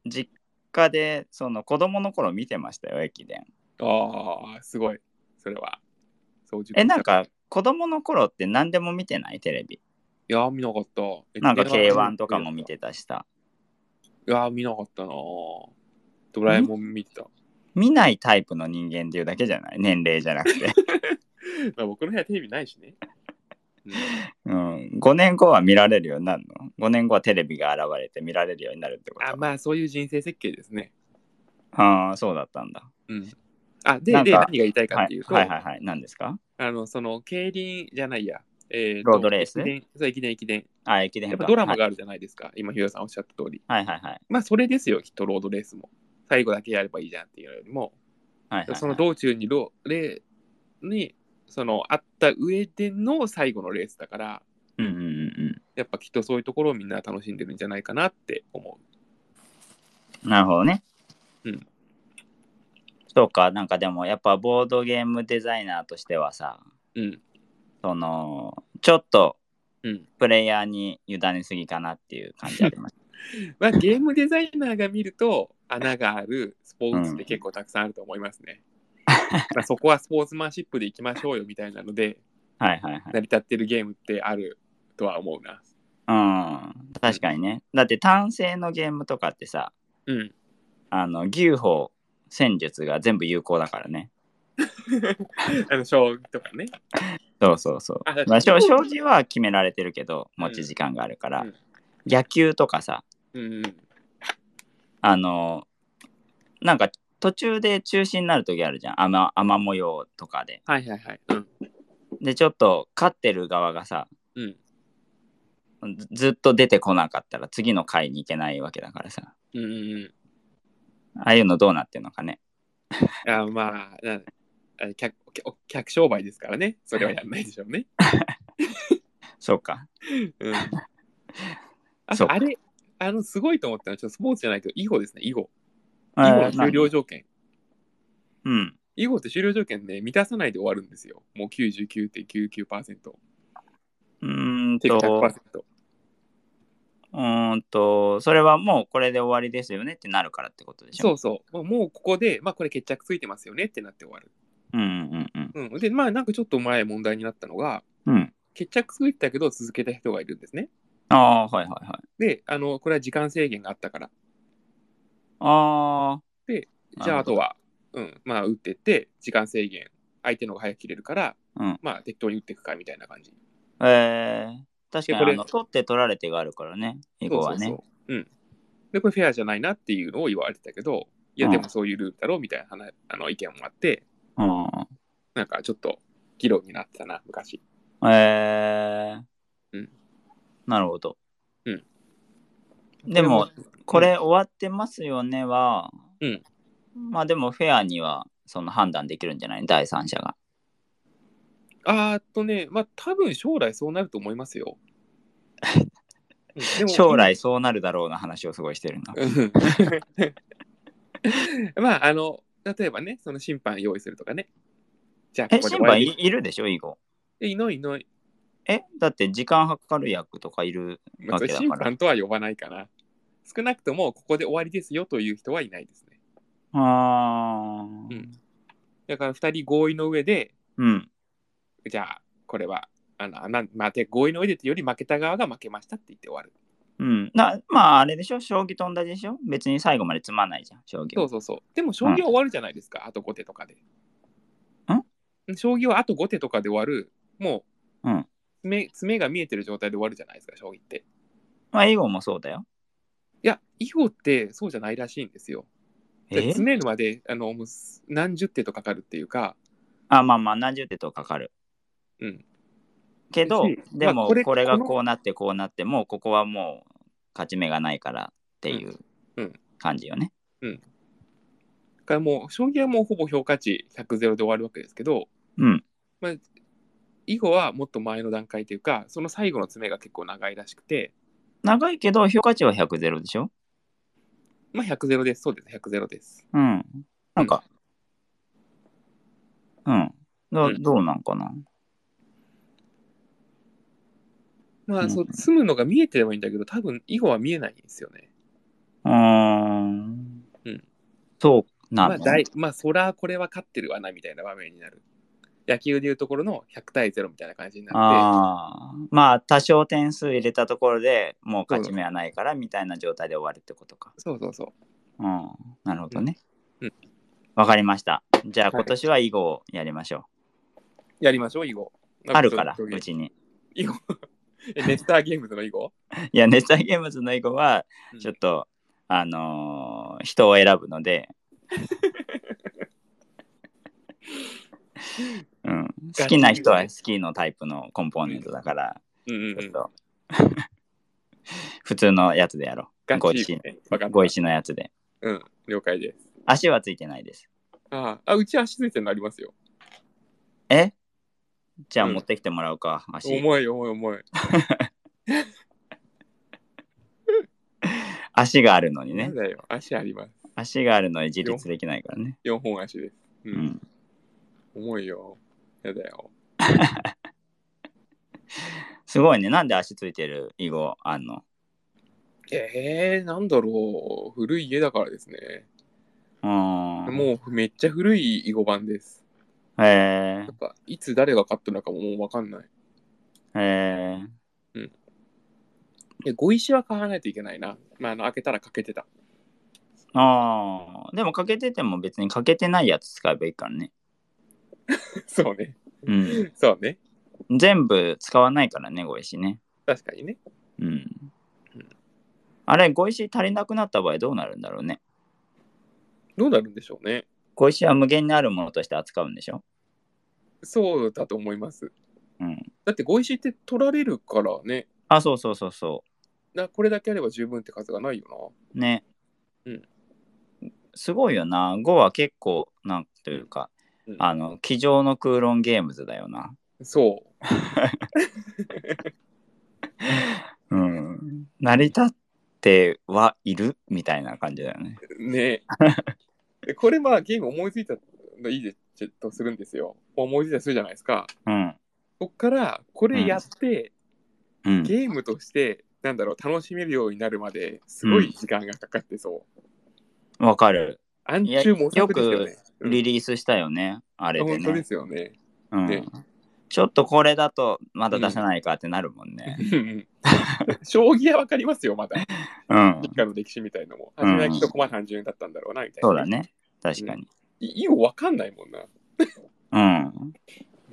[SPEAKER 2] 実家で、その子供の頃見てましたよ、駅伝。
[SPEAKER 1] ああ、すごい。それは。そう
[SPEAKER 2] え、なん。か、子供の頃って何でも見てないテレビ。
[SPEAKER 1] いやー、見なかった。え
[SPEAKER 2] なんか K1 とかも見。てたしさ。
[SPEAKER 1] いやー、見なかったなー。ドラえもん見てた。
[SPEAKER 2] 見ないタイプの人間っていうだけじゃない年齢じゃなく て。
[SPEAKER 1] まあ僕の部屋テレビないしね。うん
[SPEAKER 2] うん。5年後は見られるようになるの ?5 年後はテレビが現れて見られるようになるってこと
[SPEAKER 1] あまあそういう人生設計ですね。
[SPEAKER 2] ああ、そうだったんだ。
[SPEAKER 1] うん、あで
[SPEAKER 2] なん
[SPEAKER 1] で
[SPEAKER 2] か
[SPEAKER 1] 何が言いたいか
[SPEAKER 2] は
[SPEAKER 1] ってい
[SPEAKER 2] いう
[SPEAKER 1] と、
[SPEAKER 2] はいはいはい。何ですか
[SPEAKER 1] あのその競輪じゃないや、え
[SPEAKER 2] ロードレース
[SPEAKER 1] 駅伝そう駅伝駅伝
[SPEAKER 2] あ、駅伝
[SPEAKER 1] やっ
[SPEAKER 2] か
[SPEAKER 1] ぱドラマがあるじゃないですか、今ひろやさんおっしゃった通り
[SPEAKER 2] はいはいはい。
[SPEAKER 1] まあそれですよきっとロードレースも最後だけやればいいじゃんっていうよりも、
[SPEAKER 2] はいはいはい
[SPEAKER 1] その道中にロレーにそのあった上での最後のレースだから
[SPEAKER 2] うんうんうん
[SPEAKER 1] やっぱきっとそういうところをみんな楽しんでるんじゃないかなって思
[SPEAKER 2] うん。なるほどね。
[SPEAKER 1] うん。
[SPEAKER 2] そうか、なんかでもやっぱボードゲームデザイナーとしてはさ、
[SPEAKER 1] ううん
[SPEAKER 2] その、ちょっと
[SPEAKER 1] うん
[SPEAKER 2] プレイヤーに委ねすぎかなっていう感じあ ります。
[SPEAKER 1] まあゲームデザイナーが見ると穴があるスポーツって結構たくさんあると思います ね。まあそこはスポーツマンシップでいきましょうよみたいなので
[SPEAKER 2] はいはいはい。
[SPEAKER 1] 成り立ってるゲームってあるとは思うな。
[SPEAKER 2] うん。確かにね。だって単性のゲームとかってさ、
[SPEAKER 1] うん。
[SPEAKER 2] あの、牛歩、戦術が全部有効だからね。
[SPEAKER 1] あの将棋とかね。
[SPEAKER 2] そうそうそう
[SPEAKER 1] あだっ。て
[SPEAKER 2] まあ、障障子は決められてるけど、持ち時間があるから。
[SPEAKER 1] うん
[SPEAKER 2] 野球とかさ、
[SPEAKER 1] うんうん。
[SPEAKER 2] あの、なんか途中で中止になる時あるじゃん。雨雨模様とかで。
[SPEAKER 1] はいはいはい。うん。
[SPEAKER 2] で、ちょっと勝ってる側がさ、
[SPEAKER 1] うん。
[SPEAKER 2] ずずっと出てこなかったら次の回に行けないわけだからさ。
[SPEAKER 1] うんうん
[SPEAKER 2] ああいうのどうなってんのかね。
[SPEAKER 1] うん。あまあ、なあ客客客商売ですからね。それはやんないでしょうね。
[SPEAKER 2] そうか。
[SPEAKER 1] うん。あ
[SPEAKER 2] そう
[SPEAKER 1] とあれ、あの、すごいと思ったのは、ちょっとスポーツじゃないけど、囲碁ですね、囲碁。囲
[SPEAKER 2] え
[SPEAKER 1] 碁
[SPEAKER 2] ー
[SPEAKER 1] の終了条件。
[SPEAKER 2] うん。
[SPEAKER 1] 囲碁って終了条件ね、満たさないで終わるんですよ。もう99.99%。
[SPEAKER 2] うーん
[SPEAKER 1] てか
[SPEAKER 2] と
[SPEAKER 1] 100%。。
[SPEAKER 2] うーんと、それはもうこれで終わりですよねってなるからってことでし
[SPEAKER 1] そ
[SPEAKER 2] ょ
[SPEAKER 1] うそう。もうもうここで、まあこれ決着ついてますよねってなって終わる。
[SPEAKER 2] うんうんうん
[SPEAKER 1] うん。で、まあなんかちょっと前問題になったのが、
[SPEAKER 2] うん。うん。
[SPEAKER 1] 決着ついてたけど続けた人がいるんですね。
[SPEAKER 2] ああー、はいはいはい。
[SPEAKER 1] で、あの、これは時間制限があったから。
[SPEAKER 2] あ
[SPEAKER 1] じゃあ
[SPEAKER 2] なるほど
[SPEAKER 1] あとは、うん、まあ打ってって、時間制限、相手の方が早く切れるから、
[SPEAKER 2] あ、うん。
[SPEAKER 1] まあ適当に打っていくかみたいな感じ。
[SPEAKER 2] えー、確か
[SPEAKER 1] でこ
[SPEAKER 2] に
[SPEAKER 1] れ
[SPEAKER 2] あの、取って取られてがあるからね、囲碁はね。
[SPEAKER 1] そうそうそう。うん。で、これフェアじゃないなっていうのを言われてたけど、いや、
[SPEAKER 2] うん
[SPEAKER 1] でもそういうルールだろうみたいな話あの意見もあって、
[SPEAKER 2] う
[SPEAKER 1] なんかちょっと議論になってたな、昔。
[SPEAKER 2] ん。えー、
[SPEAKER 1] うん
[SPEAKER 2] なるほど。
[SPEAKER 1] うん。
[SPEAKER 2] でも、
[SPEAKER 1] う
[SPEAKER 2] こ
[SPEAKER 1] ん、
[SPEAKER 2] れ終わってますよねは、
[SPEAKER 1] うん
[SPEAKER 2] まあでもフェアにはその判断できるんじゃない第三者が。
[SPEAKER 1] あーっとね、まあ多分将来そうなると思います よ。うんでも
[SPEAKER 2] 将来そうなるだろうな話をすごいしてるな。
[SPEAKER 1] うん まあ、あの、例えばね、その審判用意するとかね。じゃあ、こ
[SPEAKER 2] え、
[SPEAKER 1] こで
[SPEAKER 2] 審
[SPEAKER 1] 終わ
[SPEAKER 2] 判
[SPEAKER 1] り
[SPEAKER 2] いいるでしょ囲碁。
[SPEAKER 1] えいのいのい。
[SPEAKER 2] えだって時間計る役とかいる
[SPEAKER 1] まあ
[SPEAKER 2] わ
[SPEAKER 1] そ
[SPEAKER 2] け
[SPEAKER 1] れ
[SPEAKER 2] だ
[SPEAKER 1] 審
[SPEAKER 2] から。
[SPEAKER 1] 判とは呼ばないかな。少なくとも、ここで終わりですよという人はいないですね。
[SPEAKER 2] あ
[SPEAKER 1] う
[SPEAKER 2] ー
[SPEAKER 1] ん。だから、2人合意の上で、
[SPEAKER 2] うん。
[SPEAKER 1] じゃあ、これは、あの、なんまあ、て合意の上でというより負けた側が負けましたって言って終わる。
[SPEAKER 2] うん。なまああれでしょ将棋と同じでしょ別に最後までつまんないじゃん、将棋
[SPEAKER 1] そ
[SPEAKER 2] は
[SPEAKER 1] う。そうそう。でも、将棋は終わるじゃないですか、あと5手とかで。将棋はあと5手とかで終わる、もう、
[SPEAKER 2] うん
[SPEAKER 1] 爪爪が見えてる状態で終わるじゃないですか、将棋って。
[SPEAKER 2] まあ囲碁もそうだよ。
[SPEAKER 1] いや、囲碁ってそうじゃないらしいんですよ。で
[SPEAKER 2] え
[SPEAKER 1] 詰めるまであのもうす何十手とかかるっていうか、
[SPEAKER 2] あ、まあまあ何十手とかかる。
[SPEAKER 1] うん、
[SPEAKER 2] けど
[SPEAKER 1] だし、
[SPEAKER 2] で
[SPEAKER 1] まあ
[SPEAKER 2] も
[SPEAKER 1] これ
[SPEAKER 2] これが
[SPEAKER 1] この
[SPEAKER 2] こうなってこうなって、もうここはもう勝ち目がないからっていううん感じよね。
[SPEAKER 1] だからもう将棋はもうほぼ評価値100ゼロで終わるわけですけど、
[SPEAKER 2] うん。
[SPEAKER 1] まあ、囲碁はもっと前の段階というか、その最後の詰めが結構長いらしくて、
[SPEAKER 2] 長いけど評価値は100ゼロでしょ
[SPEAKER 1] まあ100ゼロです、そうです、100ゼロです。
[SPEAKER 2] うん。なんか、うん。ど
[SPEAKER 1] うん
[SPEAKER 2] どうなんかな。
[SPEAKER 1] ま
[SPEAKER 2] う
[SPEAKER 1] あ、
[SPEAKER 2] ん
[SPEAKER 1] そう、住むのが見えてればいいんだけど、多分、囲碁は見えないんですよね。
[SPEAKER 2] うーん
[SPEAKER 1] うん。
[SPEAKER 2] そうな
[SPEAKER 1] まあ、
[SPEAKER 2] の、
[SPEAKER 1] だいまあ、そら、これは勝ってるわな、みたいな場面になる。野球でいうところの100対0みたいな感じになっ
[SPEAKER 2] ああまあ多少点数入れたところでもう勝ち目はないからみたいな状態で終わるってことか。
[SPEAKER 1] て、そうそうそう。
[SPEAKER 2] うん、なるほどね
[SPEAKER 1] うん。
[SPEAKER 2] わ、かりました。じゃあ
[SPEAKER 1] はい
[SPEAKER 2] 今年は囲碁をやりましょ
[SPEAKER 1] やりましょう、囲碁。
[SPEAKER 2] う。あるから、
[SPEAKER 1] なんか
[SPEAKER 2] う
[SPEAKER 1] ちょっと
[SPEAKER 2] ちに。
[SPEAKER 1] 囲 碁。えネスターゲームズの囲碁
[SPEAKER 2] いや、ネタゲームズの囲碁は
[SPEAKER 1] うん
[SPEAKER 2] ちょっと、あのー人を選ぶ ので。うん、好きな人は好きのタイプのコンポーネントだから、
[SPEAKER 1] うんうんう
[SPEAKER 2] ちょっ
[SPEAKER 1] ん。
[SPEAKER 2] と 普通のやつでやろう。
[SPEAKER 1] ガ
[SPEAKER 2] ご
[SPEAKER 1] チ
[SPEAKER 2] 一緒
[SPEAKER 1] 囲碁ね。わかった
[SPEAKER 2] ご一緒のやつで。
[SPEAKER 1] うん、了解です。
[SPEAKER 2] 足はついてないです。
[SPEAKER 1] ああ、あうち足ついてるのありますよ。
[SPEAKER 2] えじゃあ
[SPEAKER 1] うん
[SPEAKER 2] 持ってきてもらうか、足。
[SPEAKER 1] 重い重い重い。
[SPEAKER 2] 足があるのに
[SPEAKER 1] な
[SPEAKER 2] ね
[SPEAKER 1] ん。だよ、足あります。
[SPEAKER 2] 足があるのに自立できないからね。
[SPEAKER 1] 4本足です。う、
[SPEAKER 2] うんん。
[SPEAKER 1] 重いよ。やだよ。
[SPEAKER 2] すごいね。なんで足ついてる囲碁あんの
[SPEAKER 1] えー、なんだろう。古い家だからですね。
[SPEAKER 2] うーん。
[SPEAKER 1] もうめっちゃ古い囲碁盤です。
[SPEAKER 2] へ
[SPEAKER 1] なんか、いつ誰が勝ったのかももうわかんない。
[SPEAKER 2] え。へえ。
[SPEAKER 1] え、碁石は買わないといけないな。まあ、あの、開けたら欠けてた。
[SPEAKER 2] ああ。でも欠けてても別に欠けてないやつ使えばいいからね。
[SPEAKER 1] そうね。
[SPEAKER 2] うん。
[SPEAKER 1] そうね。
[SPEAKER 2] 全部使わないからね、碁石ね。
[SPEAKER 1] 確かにね。
[SPEAKER 2] うん
[SPEAKER 1] うん。
[SPEAKER 2] あれ、碁石足りなくなった場合どうなるんだろうね。
[SPEAKER 1] どうなるんでしょうね。
[SPEAKER 2] 碁石は無限にあるものとして扱うんでしょ
[SPEAKER 1] そうだと思います。
[SPEAKER 2] うん。
[SPEAKER 1] だって碁石って取られるからね。
[SPEAKER 2] あ、そうそうそうそ
[SPEAKER 1] なこれだけあれば十分って数がないよ
[SPEAKER 2] う。ね。
[SPEAKER 1] うん。
[SPEAKER 2] すごいよな。5は結構、なんというか、
[SPEAKER 1] うん
[SPEAKER 2] あの、机上の空論ゲームズだよな。
[SPEAKER 1] な。そう。
[SPEAKER 2] うん。成り立ってはいるみたいな感じだよね。
[SPEAKER 1] ねでこれまあゲーム思いついたのいいでちょっとするんですよ。思いついたりするじゃないですか。
[SPEAKER 2] うん。
[SPEAKER 1] こっからこれやって、
[SPEAKER 2] うん。
[SPEAKER 1] ゲームとしてなんだろう楽しめるようになるまですごい時間がかかってそう。
[SPEAKER 2] わかる。
[SPEAKER 1] 暗中模索ですよね。うん
[SPEAKER 2] リリースしたよね。あれで
[SPEAKER 1] 本当で
[SPEAKER 2] ね。
[SPEAKER 1] すよね。
[SPEAKER 2] う
[SPEAKER 1] ね
[SPEAKER 2] ん。ちょっとこれだとまだ出せないかってなるもんね。
[SPEAKER 1] 将棋はわかりますよ、まだ。
[SPEAKER 2] うん。
[SPEAKER 1] 日韓の歴史みたいのも。
[SPEAKER 2] うん
[SPEAKER 1] 初めはきっと駒単純だったんだろうな、みたいな。
[SPEAKER 2] そうだ。ね。確かに。
[SPEAKER 1] いよ、わかんないもんな。
[SPEAKER 2] うん。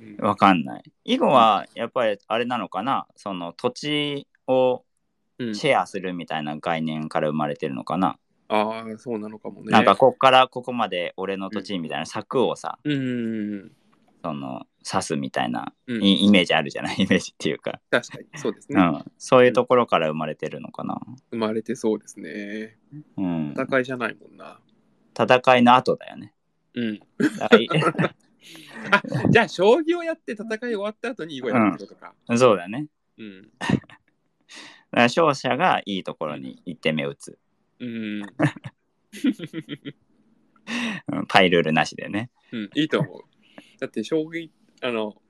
[SPEAKER 1] うん
[SPEAKER 2] わかんない。囲碁はやっぱりあれなのかなその土地を
[SPEAKER 1] うん
[SPEAKER 2] シェアするみたいな概念から生まれてるのかな、
[SPEAKER 1] ああ、そうなのかもね。
[SPEAKER 2] なんかこっからここまで俺の土地みたいな柵をさ、
[SPEAKER 1] うんうん
[SPEAKER 2] その刺すみたいな
[SPEAKER 1] うん、うん。
[SPEAKER 2] イイメージあるじゃない イメージっていうか、
[SPEAKER 1] 確かに、そうです
[SPEAKER 2] う
[SPEAKER 1] ね。
[SPEAKER 2] ん、そういうところから生まれてるのかな、
[SPEAKER 1] 生まれてそうですね。
[SPEAKER 2] うん、
[SPEAKER 1] 戦いじゃないもんな。
[SPEAKER 2] 戦いの後だよね。
[SPEAKER 1] うん。
[SPEAKER 2] だから
[SPEAKER 1] あじゃあ、将棋をやって戦い終わった後に囲碁やるってことか。
[SPEAKER 2] そうだね。
[SPEAKER 1] うん。
[SPEAKER 2] だから勝者がいいところに行って目打つ、
[SPEAKER 1] うん。
[SPEAKER 2] うん、パイルールなしでね。
[SPEAKER 1] うん、いいと思う。だって、将棋、あの、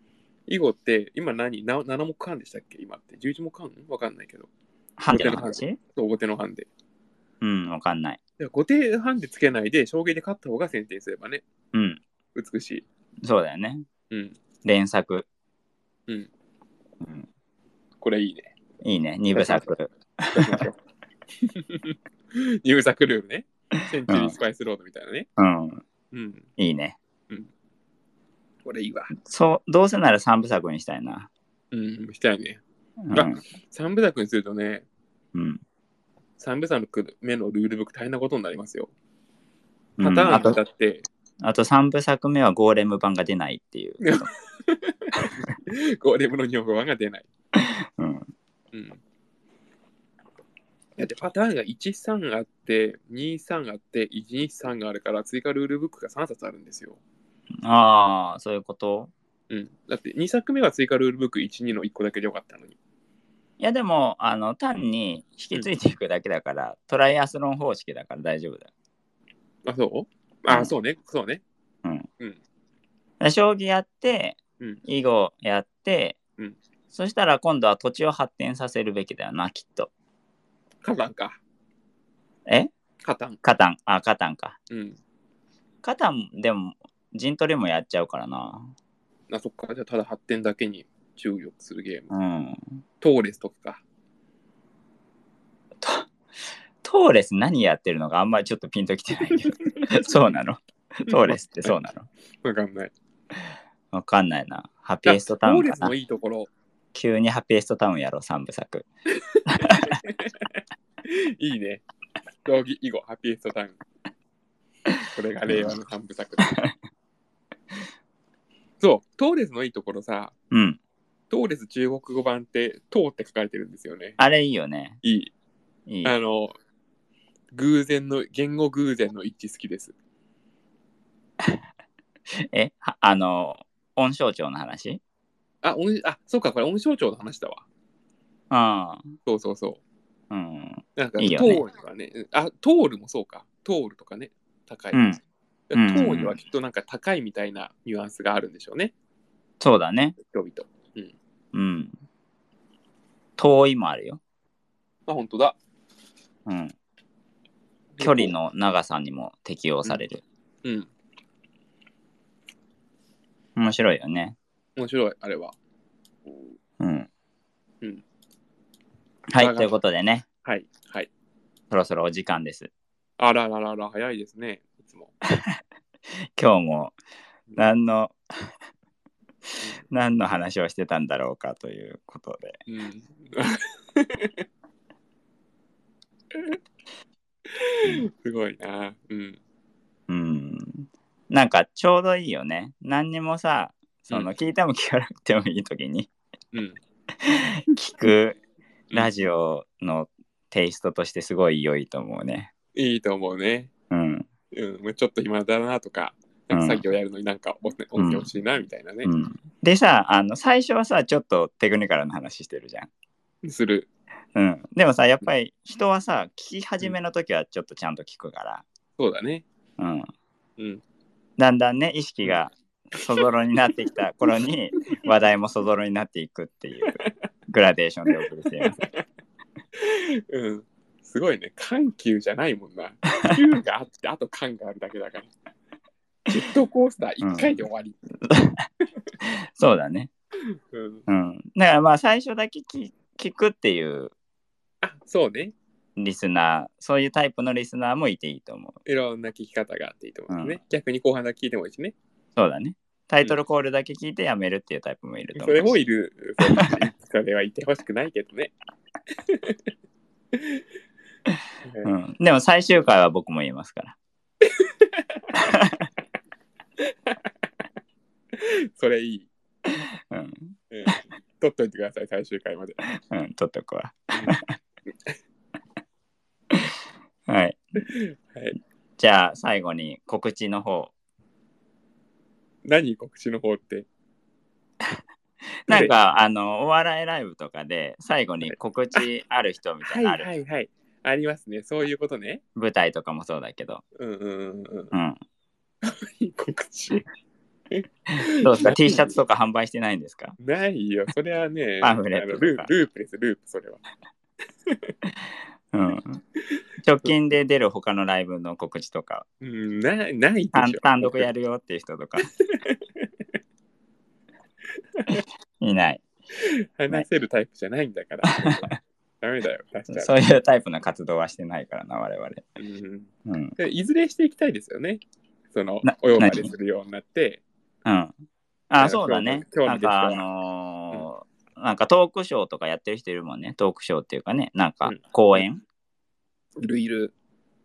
[SPEAKER 1] 囲碁って、今何な ?7 目半でしたっけ今って。11目半わかんないけど。
[SPEAKER 2] ハンデの話
[SPEAKER 1] そう、後手の半で。
[SPEAKER 2] うん、わかんない。
[SPEAKER 1] で後手半でつけないで、将棋で勝った方が先手にすればね、
[SPEAKER 2] うん、
[SPEAKER 1] 美しい。
[SPEAKER 2] そうだよね。
[SPEAKER 1] うん。
[SPEAKER 2] 連作。
[SPEAKER 1] うん。
[SPEAKER 2] うん
[SPEAKER 1] これいいね。
[SPEAKER 2] いいね、二部作。
[SPEAKER 1] 出しましょう 入作ルールね。センチュリースパイスロードみたいなね。
[SPEAKER 2] うん、
[SPEAKER 1] うん。
[SPEAKER 2] いいね。
[SPEAKER 1] これいいわ。
[SPEAKER 2] そう、どうせなら三部作にしたいな。
[SPEAKER 1] うん、したいね。
[SPEAKER 2] うん。
[SPEAKER 1] 三部作にするとね、
[SPEAKER 2] うん
[SPEAKER 1] 三部作目のルールブック大変なことになりますよ。
[SPEAKER 2] う
[SPEAKER 1] パ
[SPEAKER 2] ん
[SPEAKER 1] タ
[SPEAKER 2] あ
[SPEAKER 1] ーンだ
[SPEAKER 2] と
[SPEAKER 1] って、
[SPEAKER 2] あと3部作目はゴーレム版が出ないっていう。
[SPEAKER 1] ゴーレムの日本語版が出ない。
[SPEAKER 2] うん、
[SPEAKER 1] うん。だってパターンが1、3あって、2、3あって、1、2、3があるから、追加ルールブックが3冊あるんですよ。
[SPEAKER 2] ああ、そういうこと
[SPEAKER 1] うん。だって2作目は追加ルールブック1、2の1個だけでよかったのに。
[SPEAKER 2] いやでもあの単に引き継いでいくだけだから、トライアスロン方式だから大丈夫だよ。
[SPEAKER 1] あ、そう
[SPEAKER 2] う
[SPEAKER 1] あ、
[SPEAKER 2] ん
[SPEAKER 1] そうね、そうね。
[SPEAKER 2] で将棋やって、
[SPEAKER 1] うん
[SPEAKER 2] 囲碁やって、
[SPEAKER 1] うん
[SPEAKER 2] そしたら今度は土地を発展させるべきだよな、きっと。
[SPEAKER 1] カタンか。
[SPEAKER 2] え
[SPEAKER 1] カタン。
[SPEAKER 2] カタン、あ、カタンか。
[SPEAKER 1] うん。
[SPEAKER 2] カタン、でも、陣取りもやっちゃうからな。
[SPEAKER 1] あそっか。じゃあただ発展だけに注力するゲーム。
[SPEAKER 2] うん。
[SPEAKER 1] トーレスとかか。
[SPEAKER 2] トトーレス何やってるのかあんまりちょっとピンときてないけど。 そうなの トーレスってそうなの
[SPEAKER 1] わかんない。
[SPEAKER 2] わかんないな。ハピ
[SPEAKER 1] じゃあ
[SPEAKER 2] エストタウ
[SPEAKER 1] トー
[SPEAKER 2] ン
[SPEAKER 1] レ
[SPEAKER 2] か
[SPEAKER 1] ス
[SPEAKER 2] な
[SPEAKER 1] の。いいところ、
[SPEAKER 2] 急にハピエストタウンやろう、三部作。
[SPEAKER 1] いいね。将棋囲碁、ハピエストタウン。これが令和の三部 作だ。そう、トーレスのいいところさ、
[SPEAKER 2] うん。
[SPEAKER 1] トーレス中国語版って、トーって書かれてるんですよね。
[SPEAKER 2] あれいいよね。
[SPEAKER 1] い
[SPEAKER 2] いい
[SPEAKER 1] い。。あの、偶然の、言語偶然の一致好きです。
[SPEAKER 2] え、はあの、音象徴の話
[SPEAKER 1] あ、音あ、そうか、これ音象徴の話だわ。
[SPEAKER 2] ああ
[SPEAKER 1] そうそうそう。
[SPEAKER 2] うん。
[SPEAKER 1] なんか、
[SPEAKER 2] いいよ
[SPEAKER 1] ト
[SPEAKER 2] ね
[SPEAKER 1] ールとかね。あ、トールもそうか。トールとかね。高い。
[SPEAKER 2] うん
[SPEAKER 1] ト
[SPEAKER 2] うん
[SPEAKER 1] ールはきっとなんか高いみたいなニュアンスがあるんでしょうね。
[SPEAKER 2] そうだね。
[SPEAKER 1] 人々。
[SPEAKER 2] うん。遠いもあるよ。
[SPEAKER 1] あ、本当だ。
[SPEAKER 2] うん。距離。の長さにも適用される。
[SPEAKER 1] うん。
[SPEAKER 2] 面白いよね。
[SPEAKER 1] 面白い、あれは。
[SPEAKER 2] うん。
[SPEAKER 1] うん
[SPEAKER 2] はい、ということでね、
[SPEAKER 1] はい。はい。
[SPEAKER 2] そろそろお時間です。
[SPEAKER 1] あらららら、早いですね。いつも。
[SPEAKER 2] 今日も何の 何の話をしてたんだろうかということで
[SPEAKER 1] うん。すごいな。うん。
[SPEAKER 2] うんなんかちょうどいいよね何にもさその
[SPEAKER 1] うん
[SPEAKER 2] 聞いても聞かなくてもいい時 に
[SPEAKER 1] うん。
[SPEAKER 2] 聞くラジオのテイストとしてすごい良いと思うね
[SPEAKER 1] いいと思うね。
[SPEAKER 2] うん
[SPEAKER 1] うん。もうちょっと暇だなとか、なんか作業やるのになんかお音声欲しいなみたいなね
[SPEAKER 2] う。んでさあの最初はさちょっとテクニカルな話してるじゃん
[SPEAKER 1] する。
[SPEAKER 2] うんでもさやっぱり人はさ聞き始めの時はちょっとちゃんと聞くか
[SPEAKER 1] そうだね。
[SPEAKER 2] らうん
[SPEAKER 1] うん。
[SPEAKER 2] だんだんね意識がそぞろになってきた頃 に話題もそぞろになっていくっていうグラデーションでお送りしています。
[SPEAKER 1] うん。すごいね。緩急じゃないもんな。急があって、あと感があるだけだから。ジェットコースター1回で終わり。
[SPEAKER 2] そうだね。
[SPEAKER 1] うん。
[SPEAKER 2] うん。だからまあ最初だけ聞聞くっていう
[SPEAKER 1] あ、そうね。
[SPEAKER 2] リスナー、そういうタイプのリスナーもいていいと思う。
[SPEAKER 1] いろんな聞き方があっていいと思うんですね。
[SPEAKER 2] う
[SPEAKER 1] 逆に後半だけ聞いてもいいしね。
[SPEAKER 2] そうだね。タイトルコールだけ聞いてやめるっていうタイプもいると
[SPEAKER 1] そ
[SPEAKER 2] 思うし。
[SPEAKER 1] れもいる。そうだしそれはいてほしくないけどね。
[SPEAKER 2] うん。でも最終回は僕も言いますから。
[SPEAKER 1] それいい。
[SPEAKER 2] うん。
[SPEAKER 1] うん取っといてください、最終回まで。
[SPEAKER 2] うん。取っとくわ。はい。
[SPEAKER 1] はい、
[SPEAKER 2] じゃあ最後に告知の方。
[SPEAKER 1] 何告知の方って。
[SPEAKER 2] なんか、あの、お笑いライブとかで、最後に告知ある人みた
[SPEAKER 1] はいい
[SPEAKER 2] なのある。
[SPEAKER 1] はいはい。ありますね。そういうことね。
[SPEAKER 2] 舞台とかもそうだけど。
[SPEAKER 1] うんうんうんうん。
[SPEAKER 2] うん。
[SPEAKER 1] 何告知。
[SPEAKER 2] どうですか
[SPEAKER 1] 何
[SPEAKER 2] ?T シャツとか販売してないんですか
[SPEAKER 1] ないよ。それはね、
[SPEAKER 2] パンフレット
[SPEAKER 1] あのルーループです、ループ、それは。
[SPEAKER 2] うん。直近で出る他のライブの告知とか、
[SPEAKER 1] うん、ない、ないで
[SPEAKER 2] 単
[SPEAKER 1] しょ。
[SPEAKER 2] 単独やるよっていう人 とか。いない。
[SPEAKER 1] 話せるタイプじゃないんだから。 ダメだよ、出しちゃ
[SPEAKER 2] そういうタイプの活動はしてないからな、我々。
[SPEAKER 1] う。うん
[SPEAKER 2] うん。
[SPEAKER 1] でいずれしていきたいですよね。その
[SPEAKER 2] な、
[SPEAKER 1] お呼ばれするようになって。
[SPEAKER 2] うん。あ、そうだね。
[SPEAKER 1] 興
[SPEAKER 2] なん
[SPEAKER 1] 味出てきた
[SPEAKER 2] か、あのーなんかトークショーとかやってる人いるもんね。トークショーっていうかね、なんか
[SPEAKER 1] うん
[SPEAKER 2] 公演、
[SPEAKER 1] いるいる。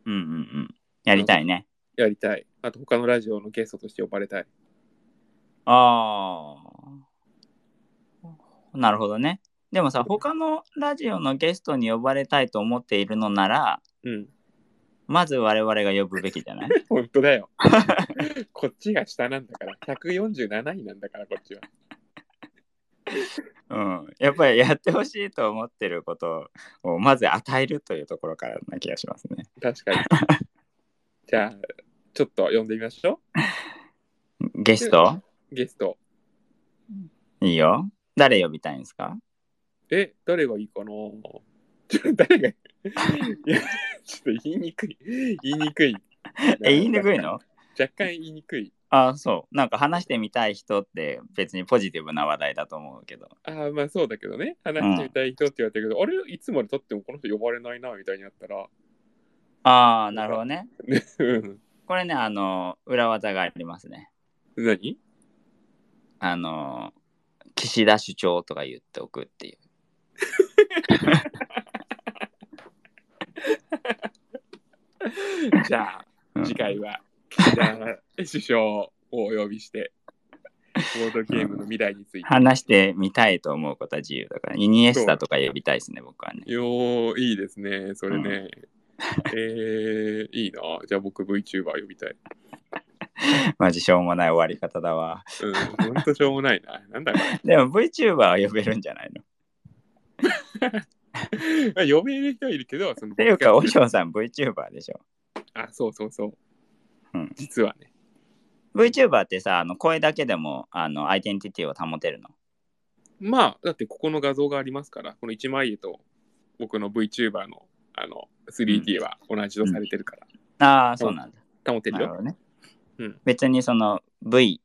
[SPEAKER 2] うん、うんうんうんやりたいね。
[SPEAKER 1] やりたい。あと、他のラジオのゲストとして呼ばれたい。
[SPEAKER 2] ああ。なるほどね。でもさ、他のラジオのゲストに呼ばれたいと思っているのなら、
[SPEAKER 1] うん。
[SPEAKER 2] まず我々が呼ぶべきじゃない
[SPEAKER 1] 本当 だよ。こっちが下なんだから、147位なんだから、こっちは。
[SPEAKER 2] うん。やっぱりやってほしいと思ってることをまず与えるというところからな気がしますね。
[SPEAKER 1] 確 かに。じゃあ、ちょっと呼んでみましょ
[SPEAKER 2] ゲスト
[SPEAKER 1] う。ゲスト。
[SPEAKER 2] いいよ。誰呼びたいんですか
[SPEAKER 1] え、誰がいいかな ちょ誰がい いいや、ちょっと言いにくい。言いにくい。
[SPEAKER 2] え、言いにくいの
[SPEAKER 1] 若干言いにくい。
[SPEAKER 2] あ、そう。なんか話してみたい人って別にポジティブな話題だと思うけど。
[SPEAKER 1] ああ、まあそうだけどね。話してみたい人って言われたけど、あれいつまで経ってもこの人呼ばれないなみたいにな ったら。
[SPEAKER 2] ああ、なるほどね。
[SPEAKER 1] うん
[SPEAKER 2] これね、あの、裏技がありますね。
[SPEAKER 1] 何
[SPEAKER 2] あの、岸田首長とか言っておくっていう。
[SPEAKER 1] じゃあ、
[SPEAKER 2] うん
[SPEAKER 1] 次回は岸田首相をお呼びして、ボードゲームの未来について。
[SPEAKER 2] 話してみたいと思うことは自由だから、イニエスタとか呼びたいですね、僕はね。
[SPEAKER 1] よー、いいですね、それね。えー、いいな。じゃあ僕 VTuber 呼びたい。
[SPEAKER 2] マジしょうもない終わり方だわ。
[SPEAKER 1] うん、ほんとしょうもないな。なんだろ
[SPEAKER 2] でも VTuber は呼べるんじゃない のっ
[SPEAKER 1] う。呼べる人はいるけど、その
[SPEAKER 2] ていうか、おしょうさん VTuber でしょ。
[SPEAKER 1] あ、そうそうそう。
[SPEAKER 2] うん
[SPEAKER 1] 実はね。
[SPEAKER 2] VTuber ってさ、あの声だけでもあのアイデンティティを保てるの。
[SPEAKER 1] まあ、だってここの画像がありますから、この一枚絵と僕の VTuber のあの 3D は同じとされてるから、
[SPEAKER 2] ああ、そうなんだ。
[SPEAKER 1] 保て
[SPEAKER 2] な
[SPEAKER 1] る
[SPEAKER 2] る
[SPEAKER 1] よ。
[SPEAKER 2] ほどね。
[SPEAKER 1] うん
[SPEAKER 2] 別にその V,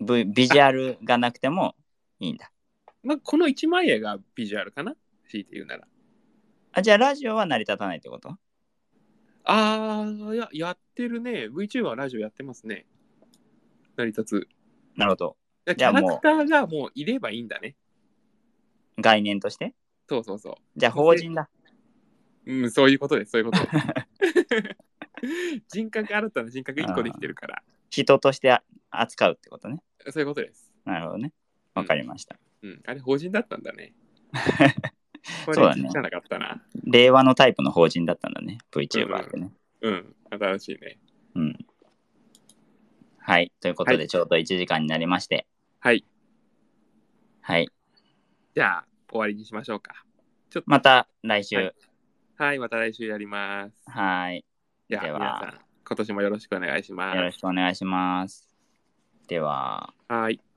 [SPEAKER 2] v、ビジュアルがなくてもいいんだ。
[SPEAKER 1] まあ、この一枚絵がビジュアルかな強いて言うなら。
[SPEAKER 2] あじゃあラジオは成り立たないってこと
[SPEAKER 1] あー、ややってるね。VTuber ラジオやってますね。成り立つ。
[SPEAKER 2] なるほど。
[SPEAKER 1] キ
[SPEAKER 2] じゃあ
[SPEAKER 1] ャラ
[SPEAKER 2] もう
[SPEAKER 1] クターがもういればいいんだね。
[SPEAKER 2] 概念として
[SPEAKER 1] そうそうそ
[SPEAKER 2] じゃあ法人だ。
[SPEAKER 1] う。うん、そういうことです、そういうことで す。人格、新たな人格1個できてるから、
[SPEAKER 2] 人として扱うってことね。
[SPEAKER 1] そういうことです。
[SPEAKER 2] なるほどね。わかりました。
[SPEAKER 1] うん、あれ、法人だったんだ ね。こ
[SPEAKER 2] そうだ
[SPEAKER 1] れ
[SPEAKER 2] ね
[SPEAKER 1] 気づかなかったな。
[SPEAKER 2] 令和のタイプの法人だったんだね。VTuber ってね。
[SPEAKER 1] うん、新しいね。
[SPEAKER 2] うん。はい。ということ
[SPEAKER 1] は
[SPEAKER 2] で、ちょうど1時間になりまして。
[SPEAKER 1] はい、
[SPEAKER 2] はい。
[SPEAKER 1] じゃあ、終わりにしましょうか。
[SPEAKER 2] また来週。
[SPEAKER 1] はいはい、また来週やります。
[SPEAKER 2] はい
[SPEAKER 1] じゃあ、
[SPEAKER 2] では
[SPEAKER 1] 皆さん、今年もよろしくお願いし
[SPEAKER 2] よろ
[SPEAKER 1] ます。
[SPEAKER 2] しくお願いします。では。
[SPEAKER 1] はい。